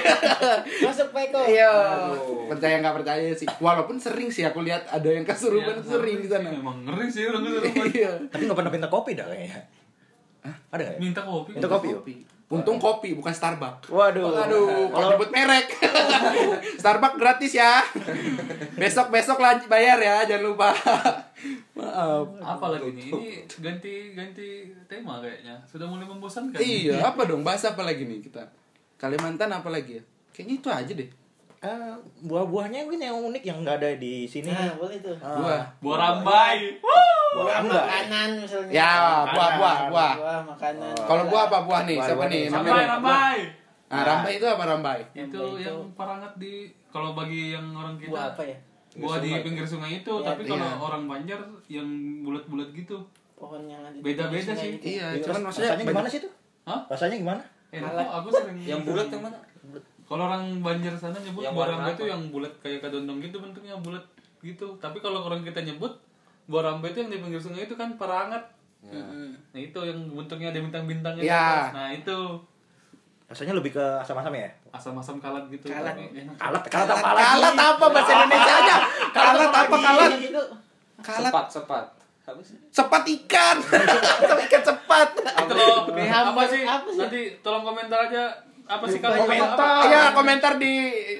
A: Masuk Peko.
C: Iya.
E: Waduh.
C: Percaya nggak percaya sih. Walaupun sering sih aku lihat ada yang kesurupan
B: Ya.
C: tuh sering di sana.
B: Emang Iya, ngeri sih orang kesurupan.
C: Iya.
D: Tapi nggak pernah minta kopi dah kayaknya. Ada nggak? ya?
B: Minta kopi.
D: Minta kopi. yuk?
C: Untung kopi bukan Starbucks.
D: Waduh.
C: Aduh, kalau nyebut merek. Starbucks gratis ya. Besok-besok lanjut bayar ya, jangan lupa. Maaf.
B: Apa lagi nih? Ini ganti ganti tema kayaknya. Sudah mulai membosankan.
C: Iya, apa dong? Bahasa apa lagi nih kita? Kalimantan apa lagi ya? Kayaknya itu aja deh.
D: Eh, buah-buahnya mungkin yang unik yang nggak ada di sini.
A: Nah, boleh tuh.
D: Ah,
C: Buah.
B: Buah rambai.
D: buah enggak.
A: Makanan misalnya.
C: Ya, buah, buah, buah.
A: Buah, makanan.
C: Kalau buah apa buah nih?
D: Buah,
C: Siapa
D: buah
C: nih?
D: nih.
C: Namanya?
B: Rambai rambai.
C: Ah, rambai itu apa rambai?
B: Itu
A: Rambai itu-
B: yang parangat di kalau bagi yang orang kita
A: Buah apa ya?
B: Buah di pinggir sungai itu,
A: Iya,
B: tapi kalau orang Banjar yang bulat-bulat gitu.
A: Pohon yang ada di
B: Beda-beda
A: sungai
B: sih.
A: gitu.
C: Iya,
D: Terus
C: cuman maksudnya
D: rasanya
C: banyak-
D: gimana sih itu?
B: Hah?
D: Rasanya gimana?
B: Eh, aku, aku sering
E: Yang bulat yang mana?
B: Kalau orang Banjar sana nyebut
E: Yang
B: buah
E: warna
B: rambai
E: apa?
B: itu yang bulat kayak kadondong gitu bentuknya bulat gitu. Tapi kalau orang kita nyebut buah rambai itu yang di pinggir sungai itu kan parangat.
E: Ya.
B: Nah itu yang bentuknya ada bintang-bintangnya di
C: Ya.
B: atas. Nah itu
D: Rasanya lebih ke asam-asam ya?
B: asam-asam kalat gitu.
A: Kalat. Ya.
B: Tapi enak.
D: Kalat, kalat apa lagi?
C: Kalat apa bahasa Indonesia aja? Kalat apa kalat?
A: Iya, gitu.
C: Kalat
E: Sepat, sepat. Apa sih?
C: cepat ikan. ikan cepat.
B: Kalau
A: Di
B: apa
A: hambar,
B: sih?
A: apa sih?
B: Nanti tolong komentar aja apa sih kalau
D: Komentar.
B: apa-
A: Iya.
C: Ya, komentar di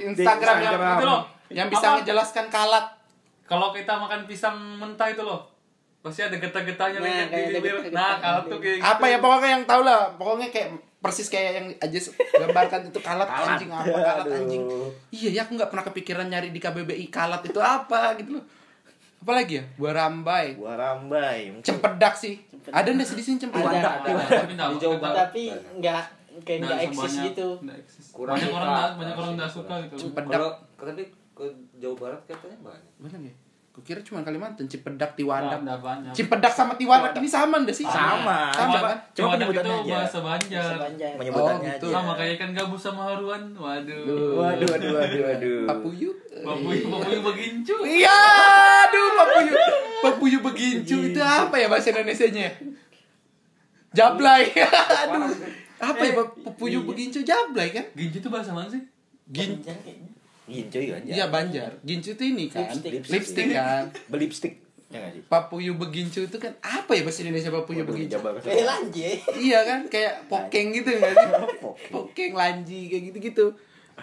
C: Instagram,
D: Instagram.
C: yang
B: Itu loh.
C: yang bisa
B: Apa?
C: menjelaskan kalat.
B: Kalau kita makan pisang mentah itu loh, pasti ada getah-getahnya
A: Nah,
B: nah,
A: kayak
B: di
A: ada
B: bibir.
A: getah-getah.
B: Nah, kalau tuh kayak
C: apa ya pokoknya yang tau lah pokoknya kayak persis kayak yang aja gambarkan itu kalat anjing apa kalat anjing iya ya aku nggak pernah kepikiran nyari di KBBI kalat itu apa gitu loh apalagi ya buah rambai
D: Buah rambai.
C: cempedak sih ada nggak sih di sini cempedak
A: Ada.
B: Nah,
E: Di Jawa Barat.
A: Tapi nggak kayak
C: Nah,
A: nggak eksis gitu.
E: Kurang
B: banyak
E: suka.
B: orang nggak- banyak orang
E: Kurang
B: nggak
E: suka.
B: suka gitu.
C: Cempedak.
E: Kalau tapi ke Jawa Barat katanya banyak.
C: Bener ya kukira cuma Kalimantan cempedak tiwadak
B: Nggak banyak.
C: cempedak sama tiwadak ini sama nggak sih
D: Sama.
C: sama
B: Cuma-
C: kan
D: Coba
B: cuma ada
D: penyebutannya
B: itu
D: aja.
B: bahasa
C: Iya.
B: Banjar.
A: Sebanjang.
D: Menyebutannya
C: Oh, gitu.
D: aja.
B: Sama kayak ikan gabus sama haruan. Waduh.
D: Waduh, waduh, waduh, waduh.
C: papuyu eh,
B: Papuyu papuyu begincu.
C: iya aduh papuyu papuyu begincu itu apa ya bahasa Indonesianya jablay aduh apa ya Pap- papuyu begincu jablay kan
B: Gincu itu bahasa mana sih?
C: Gin
A: Sebanjang kayaknya.
D: Gincuy aja.
C: iya banjar gincu itu ini kan
A: Lipstick.
C: lipstick, kan
D: Beli lipstick. Ya nggak sih?
C: papuyu begincu itu kan apa ya bahasa Indonesia papuyu
D: Waduh,
C: begincu
D: jabar ke
A: Eh,
D: sana.
A: lanjut.
C: iya kan kayak pokeng gitu nggak sih
D: Pokeng.
C: pokeng lanji kayak gitu gitu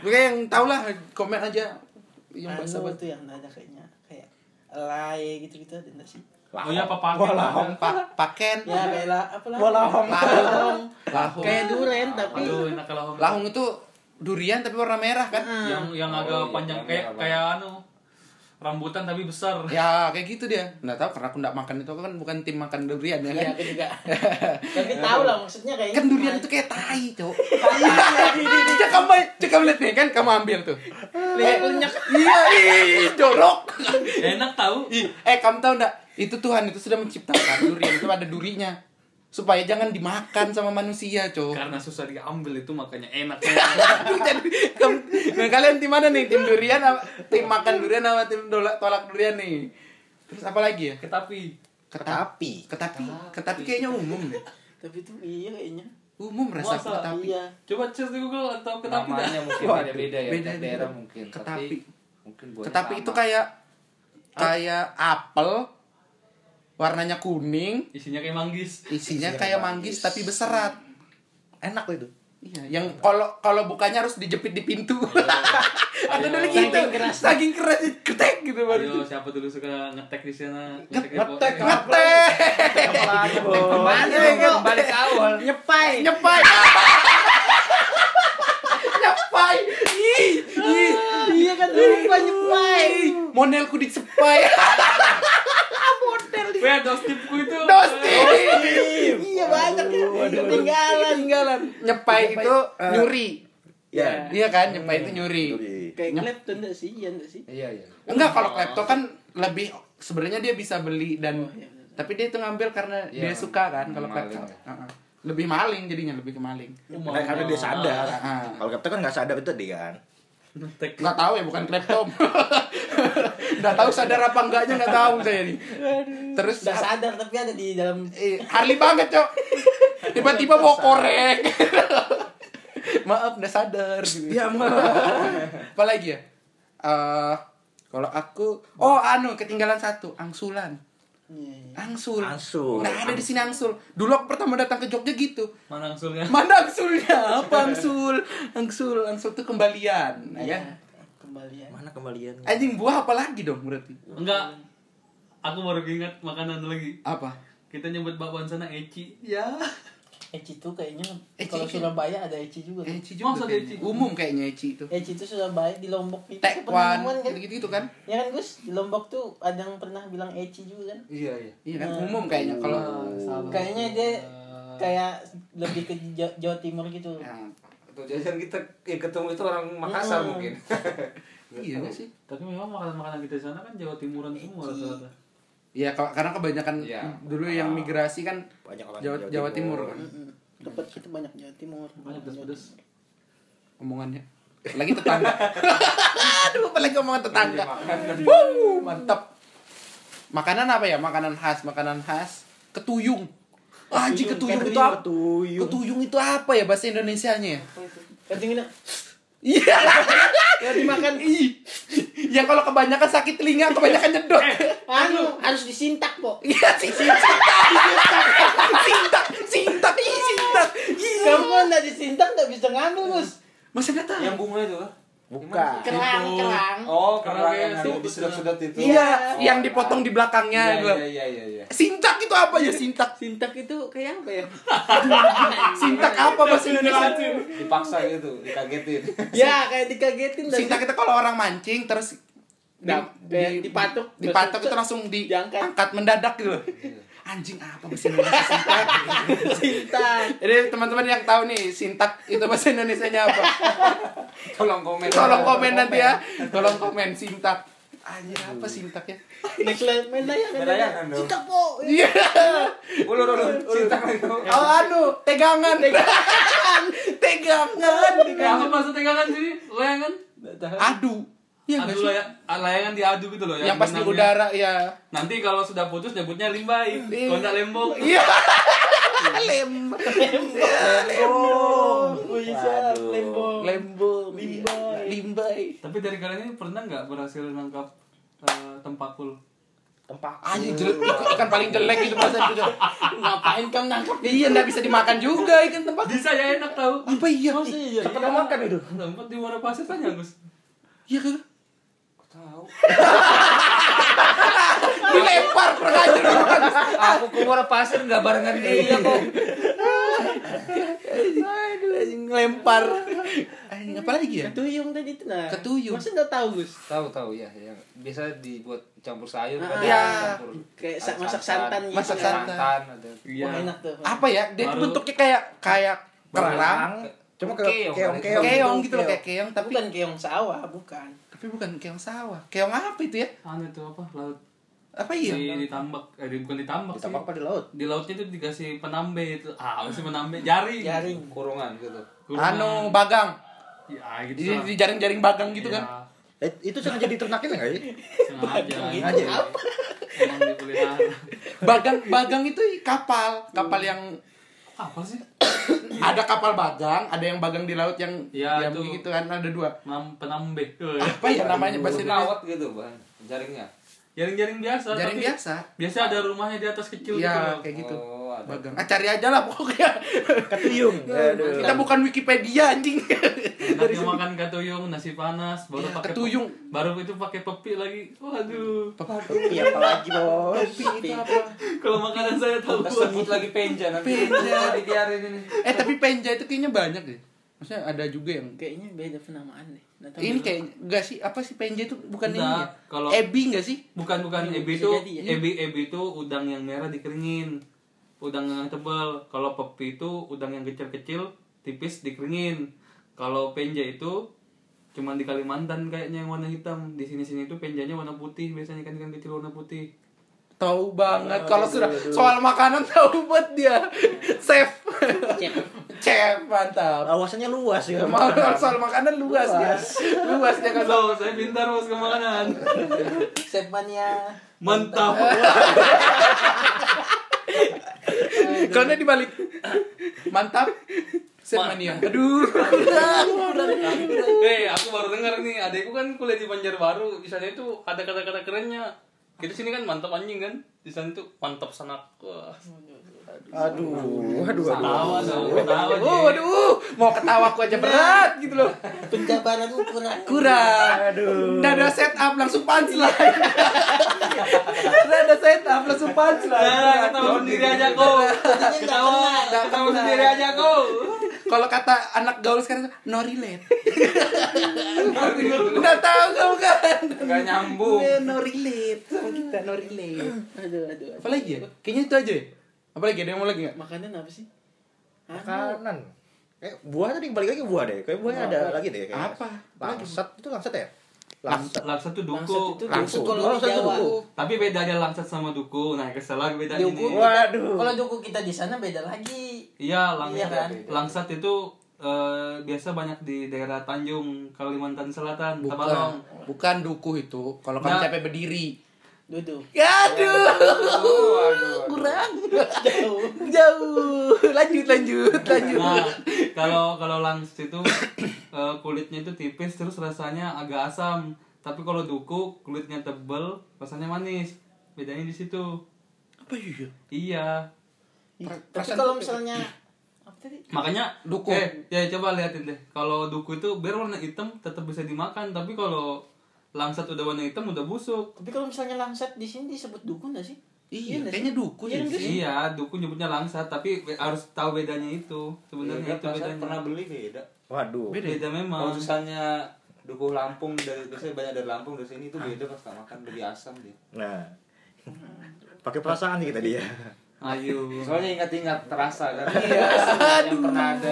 C: gue yang tau lah komen aja yang Iya, bahasa
A: anu
C: bahasa
A: tuh yang ada kayaknya kayak elai gitu-gitu ada nggak sih?
B: Oh iya apa
D: Wah, lahong.
C: Pa- paken
A: Ya kayak la- apa lah?
D: Walahong.
A: Lahong.
C: lahong
A: Kayak duren tapi
B: Aduh, enak kalau
C: lahong itu durian tapi warna merah kan
B: yang yang
E: Oh,
B: agak
E: iya,
B: panjang
E: yang
B: kayak
E: merah
B: kayak anu rambutan tapi besar.
C: ya kayak gitu dia nggak tahu karena aku nggak makan itu aku kan bukan tim makan durian ya
A: ya
C: kan
A: aku juga. tapi tahu lah maksudnya Iya, kayaknya.
C: kan durian itu kayak tai cowok cek kamu cek kamu lihat nih kan kamu ambil tuh eh, iya ih jorok
B: Enak tahu.
C: Ih, eh kamu tahu nggak itu Tuhan itu sudah menciptakan durian itu ada durinya supaya jangan dimakan sama manusia cowok
B: Karena susah diambil itu makanya enak.
C: Jadi, kamu- nah, kalian tim mana nih tim durian apa- tim makan durian sama tim dolak- tolak durian nih terus apa lagi ya
B: Ketapi.
D: Ketapi.
C: ketapi ketapi kayaknya umum deh
A: Tapi itu iya kayaknya.
C: umum rasa
B: Masa?
C: ketapi
A: Iya.
B: Coba search di Google atau ketapi dah.
E: Namanya mungkin
C: Waduh,
E: beda-beda ya.
C: beda-beda.
E: tiap daerah mungkin.
C: Ketapi.
E: Tapi mungkin buahnya
C: ketapi
E: sama.
C: itu kayak kayak apel warnanya kuning
B: Isinya kayak manggis.
C: isinya kayak manggis tapi berserat
D: Enak loh itu.
C: Iya, yang kalau kalau bukannya harus dijepit di pintu. Ada dulu gitu.
A: Saking keras.
C: Saking keras ketek gitu baru.
B: Ayo, siapa dulu suka ngetek di sana? Ngetek. Eh,
D: Ngetek,
B: ngetek.
C: Ngetek,
D: Apalagi, Bos.
A: Mana
E: Iya,
C: Bro?
A: balik awal? Nyepai.
C: nyepai. nyepai. Ih, ih,
A: Iya kan lupa nyepai.
C: ih. Modelku dicepai.
B: Weh, dos tipku itu.
C: Dosti.
A: Iya banyak ya. Ketinggalan.
C: Tinggalan. Nyepai itu
D: eh,
C: nyuri.
D: Ya.
C: Iya kan, nyepai itu nyuri.
A: Kayak Clapton enggak sih? Iya enggak sih?
E: Iya iya.
C: Enggak, kalau klepto kan lebih sebenarnya dia bisa beli dan
A: iya, bener.
C: tapi dia itu ngambil karena
E: Iya,
C: dia suka kan kalau
E: maling
C: klepto.
E: ya.
C: Heeh. Lebih maling jadinya, lebih ke maling.
B: Eh, oh,
D: Nah, karena dia sadar.
C: Ah.
D: Kalau Captain kan nggak sadar itu dia kan.
B: Ngetek.
C: Nggak tahu ya bukan klepto. Nggak tahu sadar apa enggaknya nggak tahu saya nih. Terus
A: Enggak sadar tapi ada di dalam Iya,
C: eh, Harley banget, Cok. Tiba-tiba bawa korek. Maaf, nggak sadar gitu.
D: Iya, mah.
C: Apalagi ya? Eh, kalau aku oh anu ketinggalan satu, angsulan.
A: iya.
C: Angsul.
D: Angsul.
C: Nah, ada di sini angsul. Dulu aku pertama datang ke Jogja gitu.
B: Mana angsulnya?
C: Mana angsulnya? Apa angsul? Angsul, angsul tuh kembalian,
A: Iya.
C: ya kan?
A: kembalian.
D: Mana kembalian?
C: Anjing buah apa lagi dong berarti?
B: Enggak. Aku baru ingat makanan lagi.
C: Apa?
B: Kita nyebut bakwan sana Eci. Ya.
A: Eci tuh kayaknya
C: Eci,
A: kalau
C: Eci.
A: Surabaya ada Eci juga. tuh.
C: Eci juga
B: Masa
C: kayaknya.
B: Eci?
C: Umum kayaknya Eci itu.
A: Eci itu Surabaya di Lombok itu
C: Tekwan,
A: kepenemuan kan.
C: gitu-gitu kan?
A: Ya kan Gus, di Lombok tuh ada yang pernah bilang Eci juga kan.
E: Iya iya.
C: Iya kan? Umum kayaknya kalau
A: Kayaknya dia kayak lebih ke Ja- Jawa Timur gitu.
C: Nah,
E: Tuh jajan kita yang ketemu itu orang Makassar mungkin.
C: iya
E: kan?
C: nggak sih?
B: Tapi memang makanan-makanan kita di sana kan Jawa Timuran semua rata-rata.
C: Iya, kalau- karena kebanyakan
E: Iya.
C: dulu yang migrasi kan
D: Banyak orang
C: Jawa,
D: Jawa
C: Jawa Timur
D: Timur.
C: kan
A: Tempat Hmm. kita banyak Jawa Timur.
B: Makanya pedas-pedas.
C: omongannya. Lagi tetangga. Aduh, apalagi omongan tetangga. Wuh, mantap. Makanan apa ya? Makanan khas, makanan khas ketuyung. Ah, Anjing ketuyung, itu apa? Ketuyung. itu apa ya bahasa Indonesianya ya?
A: Katanya gini, "Anu,
C: Iya.
A: ya dimakan
C: Ih. yang kalau kebanyakan sakit telinga, kebanyakan nyedot.
A: anu harus disintak, Po.
C: Iya sih, sintak, sintak, sintak, ih sintak.
A: Kamu kan enggak disintak enggak bisa ngambil, Gus.
C: Masih nggak tahu?
E: Yang bunga itu lah.
D: Bukan.
A: Kerang,
B: Itu.
A: kerang.
E: Oh, karena
B: Karena
E: yang ada
B: itu-
E: di sedot-sedot itu.
C: Iya,
E: Oh,
C: yang dipotong di belakangnya.
E: Iya
C: gua.
E: iya iya iya. iya.
C: Sintak itu apa ya sintak?
A: Sintak itu kayak apa ya?
C: Sintak apa bahasa Indonesia?
E: Dipaksa gitu, dikagetin.
A: ya, kayak dikagetin dan
C: Sintak itu kalau orang mancing terus di,
A: Nah, eh, dipatuk.
C: dipatuk itu langsung
A: Diangkat.
C: diangkat mendadak gitu. Anjing apa bahasa Indonesia sintak?
A: sintak.
C: Jadi teman-teman yang tahu nih sintak itu bahasa Indonesianya apa?
E: Tolong komen.
C: Tolong komen nanti ya. Tolong komen sintak. Anjir apa sintak ya?
A: Neklai mendayakan.
E: Mendayakan dong.
A: Sintak, Po.
C: Iya.
E: Ulur ulur cinta kan itu.
C: Oh, anu, tegangan. Tegangan. Tegangan.
B: Apa Eh, maksud tegangan sini? Layangan?
C: Adu. Iya nggak
B: Adu
C: sih?
B: laya, layangan diadu gitu loh
C: yang pas di
B: benangnya.
C: udara ya
B: Nanti kalau sudah putus nyebutnya limbai,
C: Iya.
B: kontak lembong.
C: iya lem
A: Oh, iya, Lembo.
C: lembo
A: Limbai.
C: limbai
B: Tapi dari kalian ini pernah nggak berhasil nangkap eh, tempakul?
D: Tempat.
C: anjing jelek itu ikan paling jelek itu bahasa itu
A: Ngapain kamu nangkap
C: iya nggak bisa dimakan juga ikan tempat
B: Bisa ya enak tahu.
C: apa iya
A: Iya,
D: Tempat mau makan itu.
B: Tempat di mana pasir tanya Gus.
C: iya kan dilempar kurang ajar
E: Aku kumur pasir nggak barengan dia kok.
C: aduh anjing, lempar anjing apa lagi ya
A: Ketuyung tadi itu nah.
C: Ketuyung.
A: Masa enggak tahu, Gus?
E: Tahu tahu ya, yang biasa dibuat campur sayur
A: Ah,
E: kan.
C: iya.
E: campur
A: Kayak sa-
E: ada
A: masak santan Iya. gitu.
C: Masak
E: Ada
C: santan.
E: ada.
A: Wah, enak tuh.
C: apa ya dia tuh
B: Baru-
C: bentuknya kayak kayak kerang
D: Cuma ke
E: Keong.
D: keong-keong.
C: keong gitu loh kayak keong tapi
A: Bukan keong sawah, bukan.
C: tapi bukan keong sawah keong apa itu ya
B: Anu itu apa? Laut
C: apa
B: di
C: iya
B: ditambak, eh di- bukan ditambak sih.
D: Ditambah apa di laut?
B: Di lautnya itu dikasih penambe itu. Ah, apa sih penambe? Jaring.
A: Jaring.
E: Kurungan gitu.
B: Kurungan.
C: anu bagang
B: Ya gitu.
C: Jadi
B: lah.
C: di jaring-jaring bagang gitu
B: Ya,
C: kan.
D: Eh, itu sengaja diternakin nggak ya?
B: Iya, Sengaja.
C: Gitu,
D: Sengaja.
B: Emang dipelihara.
C: Bagang bagang itu kapal, kapal yang
B: Apa sih?
C: ada kapal bagang, ada yang bagang di laut yang
B: Ya,
C: yang
B: itu.
C: gitu kan ada dua.
B: Nam- Penambe. Iya,
C: Apa ya namanya bahasa Indonesia?
E: Kawat gitu, Bang. Jaringnya.
B: Jaring-jaring biasa.
C: Jaring
B: tapi
C: biasa.
B: Biasa ada rumahnya di atas iya. kecil
C: Iya,
B: gitu.
C: kayak gitu.
E: Oh, ada.
C: Bagang. Ah, cari aja lah pokoknya.
D: Ketiung. Aduh.
C: Kita bukan Wikipedia anjing.
B: Enaknya makan katuyung, nasi panas, baru
C: Iya,
B: pakai pe-
C: ketuyung.
B: Baru itu pakai pepi lagi. Waduh.
D: Kopi apa lagi, Bos?
B: Kalau makanan saya tahu.
E: Kita sebut lagi penja nanti.
C: Penja.
E: dibiarin ini.
C: eh, tapi penja itu kayaknya banyak deh. Maksudnya ada juga yang
A: Kayaknya beda penamaan deh. Nggak tahu
C: ini
A: dulu.
C: kayak enggak sih apa sih penja itu bukan ini
B: Enggak,
C: ya?
B: kalau-
C: Ebi enggak sih?
B: Bukan bukan
A: Iya,
B: ebi
A: bisa
B: itu
A: jadi ya.
B: ebi ebi itu udang yang merah dikeringin. Udang yang tebal. Kalau pepi itu udang yang kecil-kecil tipis dikeringin. Kalau penja itu cuman di Kalimantan kayaknya yang warna hitam. Di sini-sini itu penjanya warna putih, biasanya kan ikan kecil warna putih.
C: Tahu banget kalau sudah soal makanan tahu banget dia. Chef. Chef mantap.
D: Awasannya luas ya.
C: Mau soal makanan luas dia. Luas dia kan.
B: Kalau saya pintar mas kemakanan.
A: Chef Mania.
B: Mantap.
C: Karena dibalik. Mantap. Chef mania. Aduh.
B: Hei, Eh, aku baru dengar nih, adekku kan kuliah di Banjarbaru. Di sana itu ada kata-kata kerennya. Kita sini kan mantap anjing kan. Di sana tuh mantap sanak. Wah,
C: Aduh, aduh, aduh. Oh,
B: Tawa dong, tawa
C: Aduh, aduh, mau ketawa aku aja berat gitu loh.
A: Penjabaran ukuran.
C: Kurang. Aduh. Nada set up langsung punchline. Nada set up langsung
B: Nah,
C: punchline.
B: ketawa sendiri aja kau. Ketawa, ketawa sendiri aja kau.
C: Kalau kata anak gaul sekarang no relate. Enggak tahu kamu kan.
E: Enggak nyambung.
C: Eh, No relate sama kita, no relate.
A: Aduh, aduh. aduh.
C: Apalagi ya? Kayaknya itu aja ya. Apalagi ada yang mau lagi enggak?
A: Makanan apa sih?
D: Makanan. Eh, buah tadi balik lagi buah deh. Kayak buahnya ada lagi deh kayak.
C: Apa?
D: Langsat itu langsat ya? Langsat.
B: Langsat tuh
A: Langsat itu
B: duku.
A: duku
C: Langsung.
A: kalau di
D: Langsat itu
A: Jawa.
D: duku.
B: Tapi bedanya langsat sama duku. Nah, kesalahan bedanya
A: Duku.
B: ini.
D: Waduh.
A: Kalau duku kita di sana beda lagi.
B: Iya,
A: Iya
B: langsat.
A: kan?
B: Langsat itu eh, biasa banyak di daerah Tanjung, Kalimantan Selatan, Tabalong.
C: Bukan, bukan dukuh itu. Kalau kamu
B: Nah.
C: capek berdiri.
A: Duduk.
C: Aduh, kurang.
A: Jauh.
C: Jauh. Lanjut, lanjut, lanjut.
B: Nah, kalau kalau langs itu eh, kulitnya itu tipis terus rasanya agak asam. Tapi kalau duku kulitnya tebel, rasanya manis. Bedanya di situ.
C: Apa iya?
B: Iya.
A: Tapi kalau misalnya apa tadi?
B: Makanya
C: Duku.
B: Eh, ya coba liatin deh. Kalau duku itu biar warna hitam tetap bisa dimakan, tapi kalau langsat udah warna hitam udah busuk.
A: Tapi kalau misalnya langsat di sini disebut duku nggak sih?
C: Iya,
A: nggak sih?
C: kayaknya duku
A: Iya,
C: sih.
A: nggak sih?
B: Iya, duku nyebutnya langsat, tapi be- harus tahu bedanya itu. Sebenarnya itu bedanya.
E: Iya, pernah beli beda.
D: Waduh.
B: beda. memang.
E: Kalau misalnya dukuh Lampung dari biasanya banyak dari Lampung dari sini itu beda pas tak makan lebih asam dia.
D: Nah. Pakai perasaan sih kita dia.
B: Ayo.
E: Soalnya ingat-ingat terasa kan. Iya. Yang pernah ada.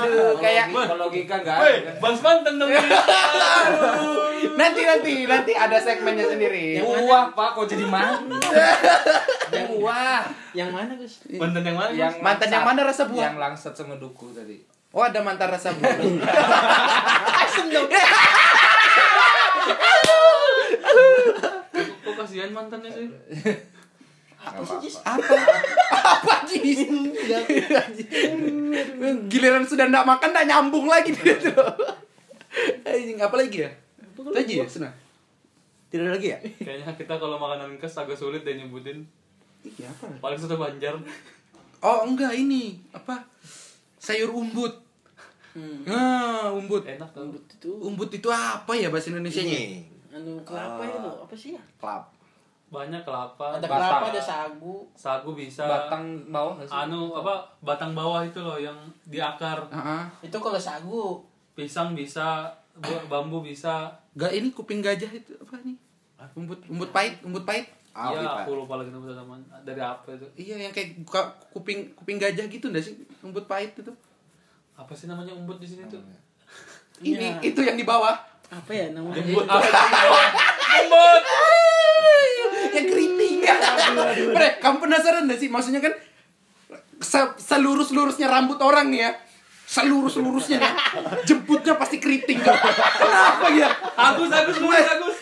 E: Aduh,
C: kayak-
E: kalau logika enggak ada. kan.
B: Bang Spanten dong.
C: Nanti, nanti, nanti ada segmennya sendiri.
E: Buah Pak, kok jadi mantan?
C: Wah.
A: Yang mana Gus?
B: Banten yang mana? Gus?
C: Mantan yang mana rasa buah?
E: Yang langsat sama duku tadi.
C: Oh, ada mantan rasa Ya. buah.
A: Asem dong.
B: Kok kasihan mantannya sih?
E: Nggak apa-apa.
C: Apa? Apa, Jis? Giliran sudah ndak makan, ndak nyambung lagi dia tuh. Anjing, apa lagi ya?
A: kan
C: Itu aja ya, senang.
D: Tidak ada lagi ya?
B: Kayaknya kita kalau makanan khas agak sulit deh nyebutin.
C: Iya, apa?
B: Paling satu Banjar.
C: Oh enggak ini apa sayur umbut. Ah umbut.
B: Enak tau.
A: Hmm, Rambut itu
C: Umbut itu apa ya bahasa Indonesia nya?
D: Ini.
A: anu
C: Ah.
A: kelapa itu apa sih ya?
D: Klub.
B: Banyak kelapa.
A: Ada
E: Batang.
A: kelapa, ada sagu.
B: Sagu bisa.
E: Batang bawah nggak sih?
B: Anu apa batang bawah itu loh yang di akar.
C: Ah,
A: Itu kalau sagu
B: Pisang bisa, bu- bambu bisa.
C: Enggak ini kuping gajah itu apa nih? Umbut umbut pahit umbut pahit.
E: Api,
B: Iya,
E: Pak.
B: aku lupa lagi nama teman dari apa itu.
C: Iya yang kayak buka kuping kuping gajah gitu enggak sih umbut pahit itu?
B: Apa sih namanya umbut di sini tuh?
C: Ini
D: Iya.
C: itu yang di bawah
A: apa ya namanya?
B: Umbut.
C: yang keriting. Bre, kamu penasaran enggak sih maksudnya kan se- selurus-lurusnya rambut orang nih ya selurus-lurusnya nih jebutnya pasti keriting kenapa ya
B: Agus, Agus, Agus, Agus.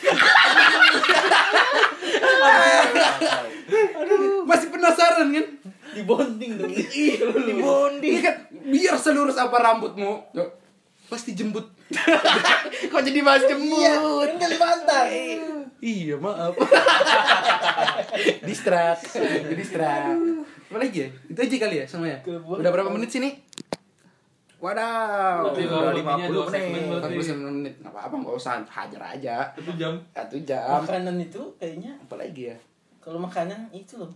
C: masih penasaran kan
A: Di bonding dong.
C: Iya, di bonding. Ini kan biar selurus apa rambutmu. pasti jembut Iya. kok jadi bahas jembut
A: Kan Kalimantan.
C: iya maaf distrak distrak apa lagi ya itu aja kali ya semuanya
A: Kebuang.
C: udah berapa menit sini
D: Wadaw,
B: Berarti
D: udah
B: kalau punya dua
D: 50
B: segmen
D: menit.
B: berarti
C: 49 menit nggak apa-apa nggak usah hajar aja
B: satu jam
C: satu jam
A: Makanan itu kayaknya
C: apa lagi ya
A: kalau makanan itu loh.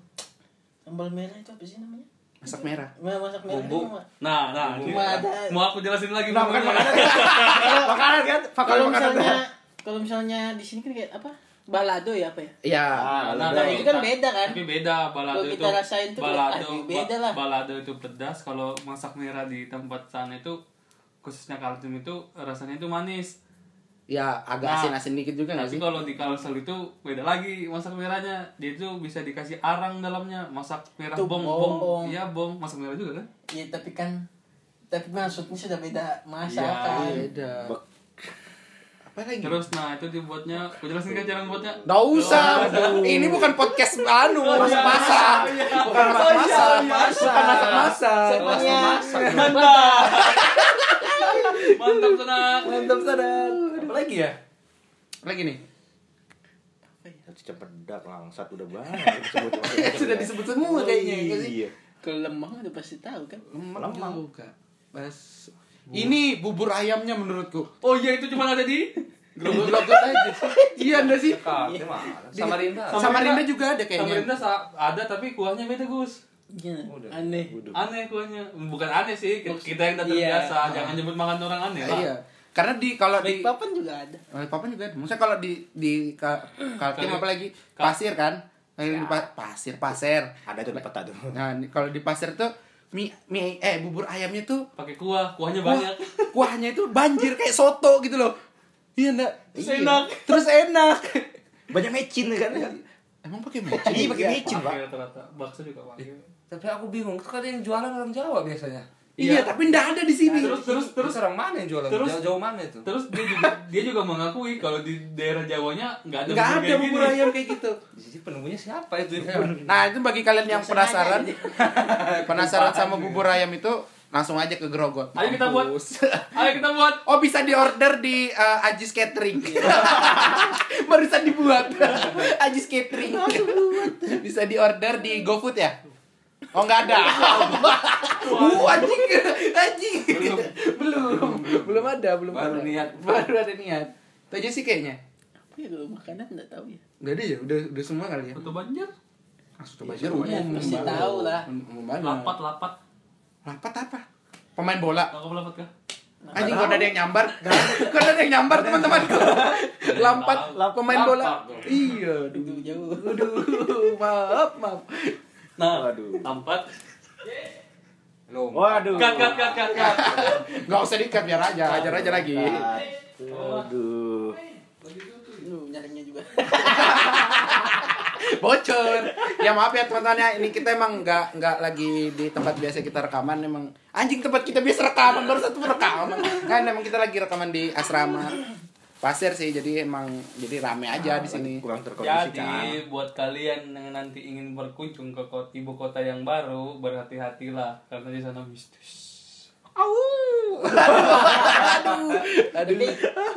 A: Sambal merah itu apa sih namanya?
C: masak merah
A: Nah, masak merah
B: bumbu.
A: itu mah-
B: Nah, nah,
A: Bumbu.
B: ini.
A: Ada.
B: mau aku jelasin lagi
D: Nah, bukan
B: bumbunya.
D: makanan. makanan kan? Makanan
A: Kalau
D: makanan.
A: misalnya kalau misalnya di sini kan kayak apa? Balado ya apa ya?
C: iya
B: Nah, nah,
A: Nah,
B: kalau
A: itu kan
B: kita-
A: beda kan?
B: Tapi beda balado
A: Kalau
B: itu.
A: kita rasain tuh,
B: balado,
A: aduh, beda
B: ba-
A: lah.
B: balado itu pedas kalau masak merah di tempat sana itu khususnya kaltim itu rasanya itu manis.
C: ya agak
B: Nah,
C: asin-asin dikit juga Iya nggak
B: Tapi
C: sih
B: kalau di kalsel itu beda lagi masak merahnya. Dia itu bisa dikasih arang dalamnya, masak merah
A: Itu
B: bong
A: bong.
B: bong. Iya, bong, masak merah juga kan?
A: Ya tapi kan tapi maksudnya sudah beda kan?
B: Iya,
A: masakan.
C: beda apa lagi
B: Terus nah itu dibuatnya, aku jelasin kan cara buatnya.
C: Nggak usah. Ini bukan podcast anu, masak masak.
B: Iya,
C: Bukan masak masak. Bukan masak masak.
A: Semuanya
B: Mantap tenang.
C: Mantap sadar. Apa lagi ya? Apa Lagi nih.
D: Cicak bedak langsat udah banyak disebut.
C: Sudah disebut semua kayaknya. ya nggak sih?
D: Iya.
A: kalau lemang udah pasti tahu kan.
C: Lemang juga. Bas. Ini bubur ayamnya menurutku.
B: Oh iya itu cuma ada di
C: Gelap aja. Iya enggak sih?
E: Kakak, mana? Samarinda.
C: Samarinda juga ada kayaknya.
B: Samarinda sa- ada tapi kuahnya beda Gus.
A: Iya, aneh.
B: aneh kuahnya bukan aneh sih kita kita yang datang
A: Iya.
B: biasa jangan nyebut makan orang aneh lah
C: Iya. Karena di kalau di
A: Papan kan juga ada.
C: Papan juga ada. Maksudnya kalau di di ka, Kaltim
B: Kalau-
C: apalagi pasir kan? Kalau di pa- pasir pasir.
D: Ada tuh di peta tuh.
C: Nah, di- kalau di pasir tuh mie, mie eh bubur ayamnya tuh
B: pakai kuah kuahnya
C: kuah-
B: banyak
C: kuahnya itu banjir kayak soto gitu loh. Iya enggak?
B: Terus enak.
C: Terus enak.
D: Banyak mecin kan?
C: Emang pakai mecin?
D: Iya, pakai micin, Pak.
B: Pakai rata-rata bakso juga pakai
E: Tapi aku bingung, itu kan yang jualan orang Jawa biasanya.
C: Iya, tapi enggak ada di sini.
B: terus terus terus
E: Terus orang mana yang jualan?
B: Terus-
E: Jauh-jauh mana itu?
B: terus dia juga dia juga mengakui kalau di daerah Jawanya nggak ada
C: Enggak ada
B: kayak
C: bubur
B: gini.
C: ayam kayak gitu.
E: Jadi penemunya siapa itu? ya?
C: Nah, itu bagi kalian yang penasaran
A: Iya,
C: eh, penasaran sama bubur ayam itu langsung aja ke Grogol.
B: ayo kita buat ayo kita buat
C: Oh bisa diorder di uh, Ajis Catering. Barusan dibuat. Ajis Catering. bisa diorder di GoFood ya? Oh nggak ada. Uh anjing anjing. Belum belum belum ada belum ada.
E: Baru niat.
C: Baru ada niat. Itu aja sih kayaknya.
A: Apa ya kalau makanan nggak tahu ya.
C: Nggak ada ya udah udah semua kali ya.
B: foto banjir
C: Langsung coba aja rumah.
A: Ya, mesti tahu lah.
B: lapat lapat
C: Lapat apa? Pemain bola.
B: kakak lapat kah
C: Anjing kalau ada yang nyambar, kalau ada yang nyambar teman-teman. Lampat
B: Lampat.
C: pemain bola.
B: Lampat.
C: Iya, aduh.
A: Itu jauh.
C: Aduh, maaf, maaf.
B: nah
D: Waduh.
B: lapat
E: Loh.
D: Waduh.
B: kat kat kat kat kat
C: Enggak usah dikat biar aja, hajar aja lagi.
D: Waduh.
A: Lu nyarinya juga.
C: Bocor. Ya maaf ya teman-teman ya, ini kita emang enggak enggak lagi di tempat biasa kita rekaman emang. Anjing tempat kita biasa rekaman baru satu rekaman. Kan emang kita lagi rekaman di asrama pasir sih jadi emang jadi rame aja di sini.
D: Kurang terkondisikan.
B: Jadi buat kalian yang nanti ingin berkunjung ke kot- ibu kota yang baru berhati-hatilah karena di sana mistis.
A: Tapi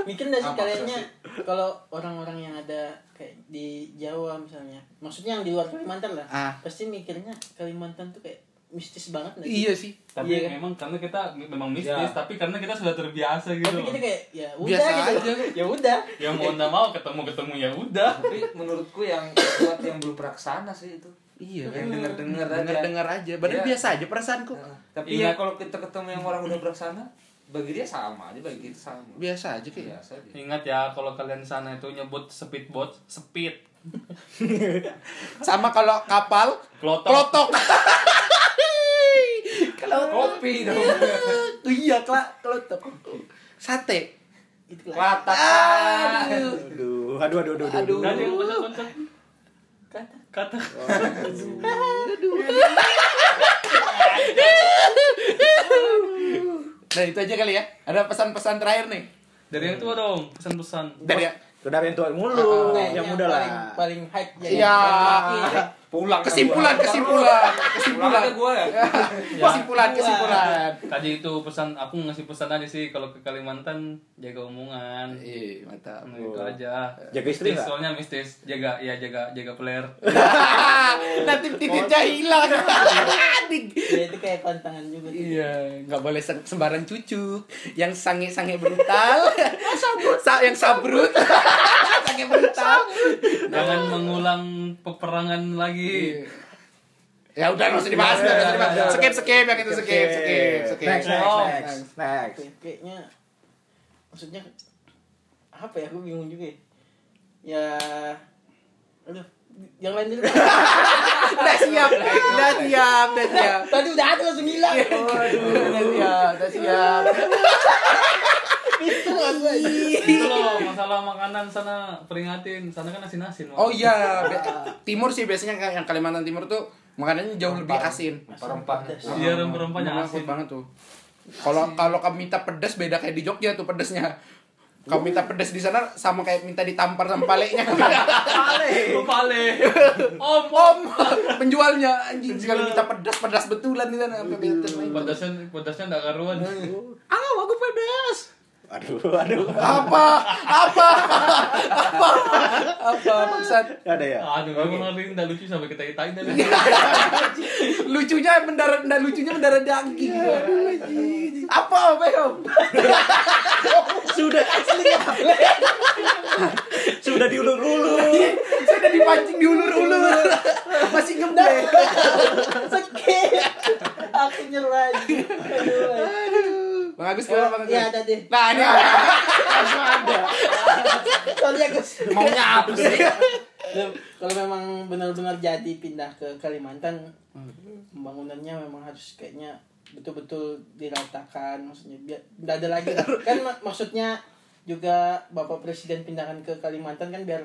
A: mikir nggak sih kaliannya kalau orang-orang yang ada kayak di Jawa misalnya, maksudnya yang di luar Kalimantan lah,
C: Ah.
A: pasti mikirnya Kalimantan tuh kayak mistis banget nggak sih?
C: Iya sih.
B: Tapi
A: Iya kan?
B: memang karena kita me- memang mistis,
E: Ya.
B: tapi karena kita sudah terbiasa gitu.
A: Tapi
B: loh.
A: kita kayak ya udah
C: Biasa
A: gitu. Ya udah.
B: Ya mau nggak mau ketemu ketemu ya udah.
E: Tapi menurutku yang buat yang belum pelaksana sih itu.
C: Iya,
E: Yang denger-denger aja.
C: Dengar-dengar aja. Padahal
E: Iya.
C: biasa aja perasaanku.
E: Nah, Tapi
B: Iya.
E: ya kalau kita ketemu yang orang udah pelaksana, bagi dia sama aja, bagi kita sama.
C: Biasa aja kayak.
E: Biasa aja.
B: Ingat ya kalau kalian sana itu nyebut speedboat, speed.
C: Sama kalau kapal
B: Klotok.
C: klotok.
E: Kopi dong.
C: iya, kla, klotok. Sate.
A: Itu lah.
E: Kelata.
D: Aduh, aduh, aduh, aduh, aduh.
B: Dan yang kocak kocak kata kata
C: Nah, itu aja kali ya. Ada pesan-pesan terakhir nih. ya.
B: dari yang tua dong pesan-pesan.
C: Dari
D: ya, Saudara yang tua
A: Ah,
D: mulu,
A: Kayaknya
D: yang muda lah.
A: Paling, paling hype ya.
C: Iya.
A: yang laki.
B: pulang
C: Kesimpulan, kesimpulan, kesimpulan.
E: gue ya
C: Kesimpulan, kesimpulan.
B: tadi itu pesan aku ngasih pesan aja sih kalau ke Kalimantan jaga omongan
C: Ih, mantap.
B: Nah, itu aja
D: Jaga istri
B: Mistis,
D: nggak?
B: soalnya mistis jaga ya jaga jaga player
C: Nanti titiknya hilang.
A: ya itu kayak pantangan juga sih.
C: Iya, nggak boleh se- sembarang cucu. Yang sange-sange brutal, Sa- yang sabrut, sange brutal.
B: jangan mengulang peperangan lagi
C: Ya udah nggak usah dibahas, nggak usah dibahas. Skip, skip, yang itu Iya, skip, skip, skip.
D: Next, next,
B: Oh.
D: next, next.
A: Kayak- kayaknya maksudnya apa ya aku bingung juga ya, ya aduh yang lain dulu
C: Udah siap, udah siap, udah siap.
A: tadi udah ada langsung hilang
C: Iya. Udah siap, udah siap.
A: itu aja
C: Iya.
B: itu Gitu loh masalah makanan sana peringatin sana kan asin asin
C: Oh iya, be- timur sih biasanya kayak yang Kalimantan Timur tuh makanannya jauh lebih asin.
E: rempah-rempahnya
B: iya rempah-rempahnya
C: Memang
B: asin
C: kuat banget tuh. Kalau kalau kamu minta pedas beda kayak di Jogja tuh pedasnya. Kamu minta pedas di sana sama kayak minta ditampar sama paleknya.
B: Oh, pale om om
C: Om penjualnya anjing sekali minta pedas pedas betulan di sana sampai minta main.
B: pedasnya pedasnya nggak karuan
C: Ah, aku pedas.
D: Aduh, aduh.
C: Apa? Apa? Apa? Apa maksud?
D: Nggak ada ya?
B: aduh gue ngeri nggak lucu sampai kita itain dah
C: lucunya mendarat ndak lucunya mendarat daging. Apa apa ya? Om?
D: Sudah asli Sudah diulur-ulur.
C: Saya udah dipancing diulur-ulur. Masih ngemblek.
A: sakit aku nyerah aja. aduh
C: Bang Agus
A: aduh.
C: gimana Bang Agus?
A: ya ada deh
C: Nah, ini
A: sorry Agus
C: maunya apa sih?
A: Ya, kalau memang benar-benar jadi pindah ke Kalimantan pembangunannya memang harus kayaknya betul-betul diratakan maksudnya biar nggak ada lagi kan mak- maksudnya juga bapak presiden pindahkan ke Kalimantan kan biar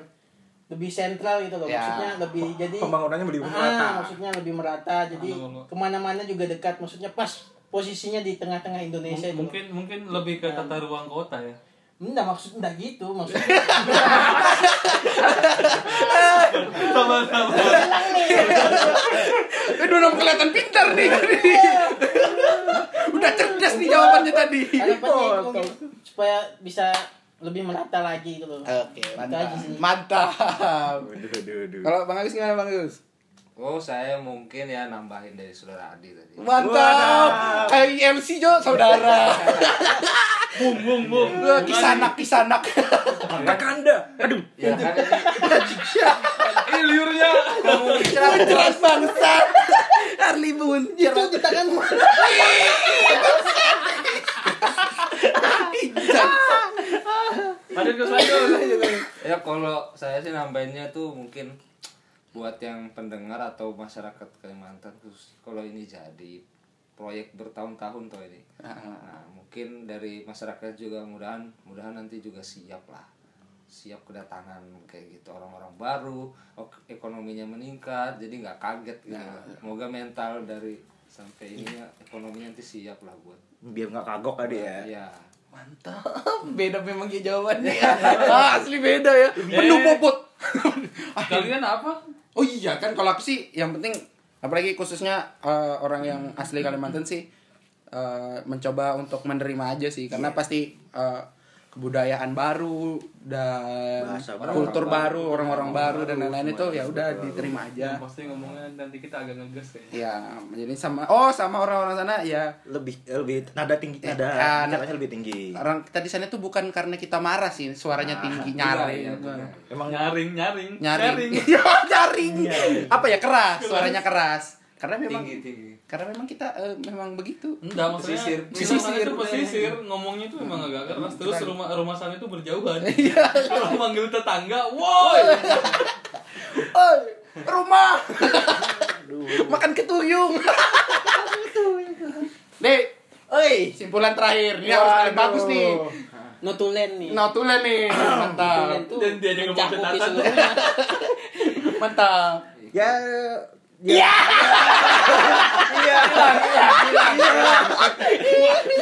A: lebih sentral gitu loh
C: Ya.
A: maksudnya lebih jadi
D: Pembangunannya lebih
A: Ah,
D: merata.
A: maksudnya lebih merata jadi
B: Ah, bener.
A: kemana-mana juga dekat maksudnya pas posisinya di tengah-tengah Indonesia itu
B: mungkin mungkin lebih ke tata ruang kota ya
A: enggak maksud enggak gitu maksudnya
B: sama-sama
C: Aduh, udah kelihatan pintar nih. udah cerdas nih jawabannya tadi.
A: harapannya
D: Iya,
A: itu mungkin supaya bisa lebih merata lagi gitu loh
D: Eh,
C: Oke,
A: mantap.
C: mantap. Mantap.
D: Aduh, aduh, aduh.
C: Kalau Bang Agus gimana Bang Agus?
E: oh saya mungkin ya nambahin dari saudara Adi tadi
C: Mantap. Kayak IMC Jo, saudara.
B: bung bung bung
C: Wah, Kisanak, kisanak.
D: Kakak Anda. Aduh.
E: ya kan ini
B: Ih, liurnya
C: Jelas bangsa. Harley Boon.
A: itu di tangan
B: kan lanjut ke lanjut
E: ya kalau saya sih nambahinnya tuh mungkin buat yang pendengar atau masyarakat Kalimantan khusus kalau ini jadi proyek bertahun-tahun toh ini nah mungkin dari masyarakat juga mudahan mudahan nanti juga siap lah siap kedatangan kayak gitu orang-orang baru ok- ekonominya meningkat jadi nggak kaget gitu lah. semoga mental dari sampai ininya ekonominya nanti siap lah buat
D: Biar nggak kagok tadi ya.
E: ya
C: Beda memang ya jawabannya. Ah, asli beda ya. Penuh bobot.
B: kalian apa
C: Oh iya kan kalau aku sih yang penting apalagi khususnya eh, orang yang asli Kalimantan sih eh, mencoba untuk menerima aja sih karena pasti eh, kebudayaan baru dan
D: Bahasa baru.
C: kultur baru, orang-orang baru, dan
D: baru,
C: lain-lain itu
D: semuanya
C: ya udah diterima aja.
B: pasti ngomongnya nanti kita agak ngegas kayaknya
C: Ya, jadi sama oh sama orang-orang sana ya
D: Lebih lebih nada tinggi nada
C: Eh, ah,
D: bicaranya lebih tinggi.
C: orang kita di sana tuh bukan karena kita marah sih suaranya tinggi gitu. nyaring
E: iya,
C: Bukan.
E: benar.
D: Emang
B: nyaring nyaring
C: nyaring Ya, nyaring apa ya keras suaranya keras karena memang
E: tinggi tinggi
C: karena memang kita eh, memang begitu
B: Enggak maksudnya
E: Pesisir.
B: memang
C: Pesisir.
B: itu pesisir ngomongnya tuh memang agak keras terus rumah rumah sana itu berjauhan. Kalau manggil tetangga, woi.
C: Oi, rumah. Makan ketuyung. Nih, oi, simpulan terakhir. Ini harus paling bagus nih.
A: notulen nih
C: Notulen nih, mantap.
A: notulen tuh
B: Nah, Dan dia juga mau
A: mencakupi
B: catatan.
A: seluruhnya
C: Mantap.
D: ya
C: Iya.
D: iya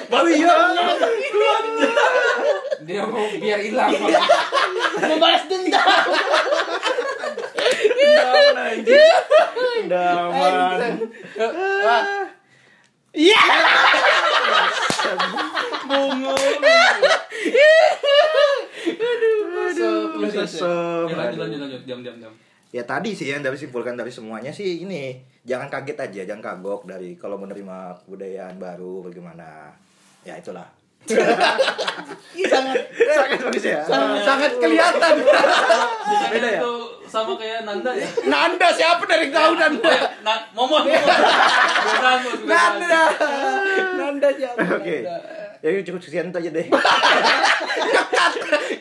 D: baru
C: ya.
D: iya
E: dia mau biar hilang
A: membalas dendam
D: Daman.
B: Ya, lanjut
D: Aduh.
B: lanjut lanjut diam diam diam.
D: ya tadi sih yang dapat simpulkan dari semuanya sih ini jangan kaget aja jangan kagok dari kalau menerima kebudayaan baru bagaimana ya itulah
F: sangat
D: sangat bagus ya
C: eh, sangat kelihatan.
B: Beda ya? Itu sama kayak Nanda ya.
C: Nanda siapa dari tahu Nanda?
B: Eh, Nah, momon. Momon.
C: Nanda.
F: Nanda siapa?
D: oke ya cukup sekian itu aja deh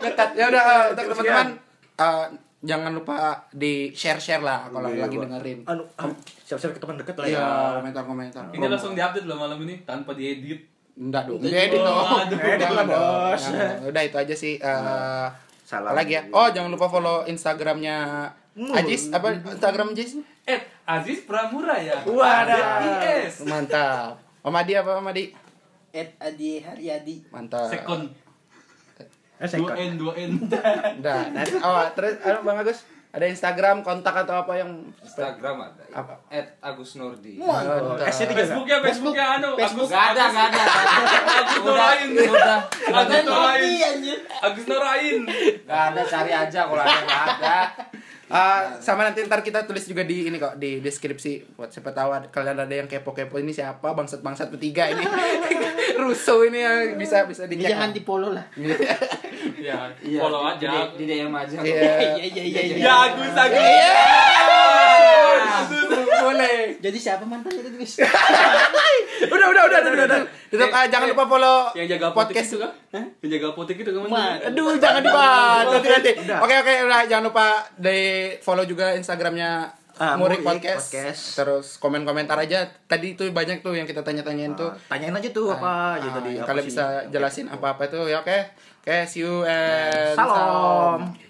C: Ketat. Ya udah eh, untuk teman-teman eh, jangan lupa di share-share lah kalau
D: Iya,
C: lagi
D: Pak.
C: dengerin.
D: anu siap-siap ke teman dekat lah ya
C: Iya, komentar-komentar.
B: Ini langsung diupdate loh malam ini tanpa diedit.
C: Enggak dong.
B: Edit
C: Edit dong.
B: dong. Edit
C: Jangan
D: lah,
C: dong.
D: Bos.
C: Jangan dong. Udah itu aja sih. eh,
D: salam
C: apa lagi ya. Oh, jangan lupa follow Instagramnya Ajis apa Instagram Ajis?
B: Eh, Aziz Pramura ya.
D: Wadah.
B: Yes.
C: Mantap. Om Adi apa Om Adi?
A: Ed Adi Haryadi
C: Mantap.
B: Second.
D: Eh,
B: Dua
D: sekot.
B: N, dua N.
C: Udah. Nanti- Oh, terus eh, Bang Agus ada Instagram kontak atau apa yang
E: Instagram ada.
C: Apa?
E: At Agus Nordi.
C: Mantap.
D: S-nya Eh, tiga
B: Facebook ya, Facebook ya, anu.
E: Agus
B: Agus
E: nggak ada, nggak ada.
B: Agus Norain.
E: Udah,
B: Agus Norain.
A: Adi anjir
B: Agus Norain.
E: nggak ada cari aja kalau ada nggak ada.
C: Ah, sama nanti ntar kita tulis juga di ini kok di deskripsi buat siapa tahu ada- kalian ada yang kepo-kepo ini siapa bangsat-bangsat bertiga ini rusuh ini yang bisa bisa
A: Ini
C: dicek
A: jangan di polo lah
B: Ya, follow
E: Di,
B: aja.
E: di DM aja.
A: Iya
C: Iya.
A: iya iya
B: Ya,
A: iya
B: Agus, Agus.
C: boleh
A: Jadi siapa mantan itu guys?
C: udah udah udah udah udah, udah. Tetap, ah, jangan lupa follow
B: Yang jaga apotek
C: podcast
B: itu kan? Yang jaga apotek itu kan?
A: Mat.
C: aduh jangan dibahas nanti nanti oke oke udah jangan lupa di follow juga instagramnya
D: Ah,
C: Murik
D: Murik
C: podcast.
D: Podcast.
C: terus komen komentar aja tadi itu banyak tuh yang kita tanya-tanyain tuh
D: Ah, tanyain aja tuh apa aja tadi apa
C: Ah, kalian
D: sih?
C: bisa jelasin apa-apa itu ya oke. Oke, see you and
D: Salam.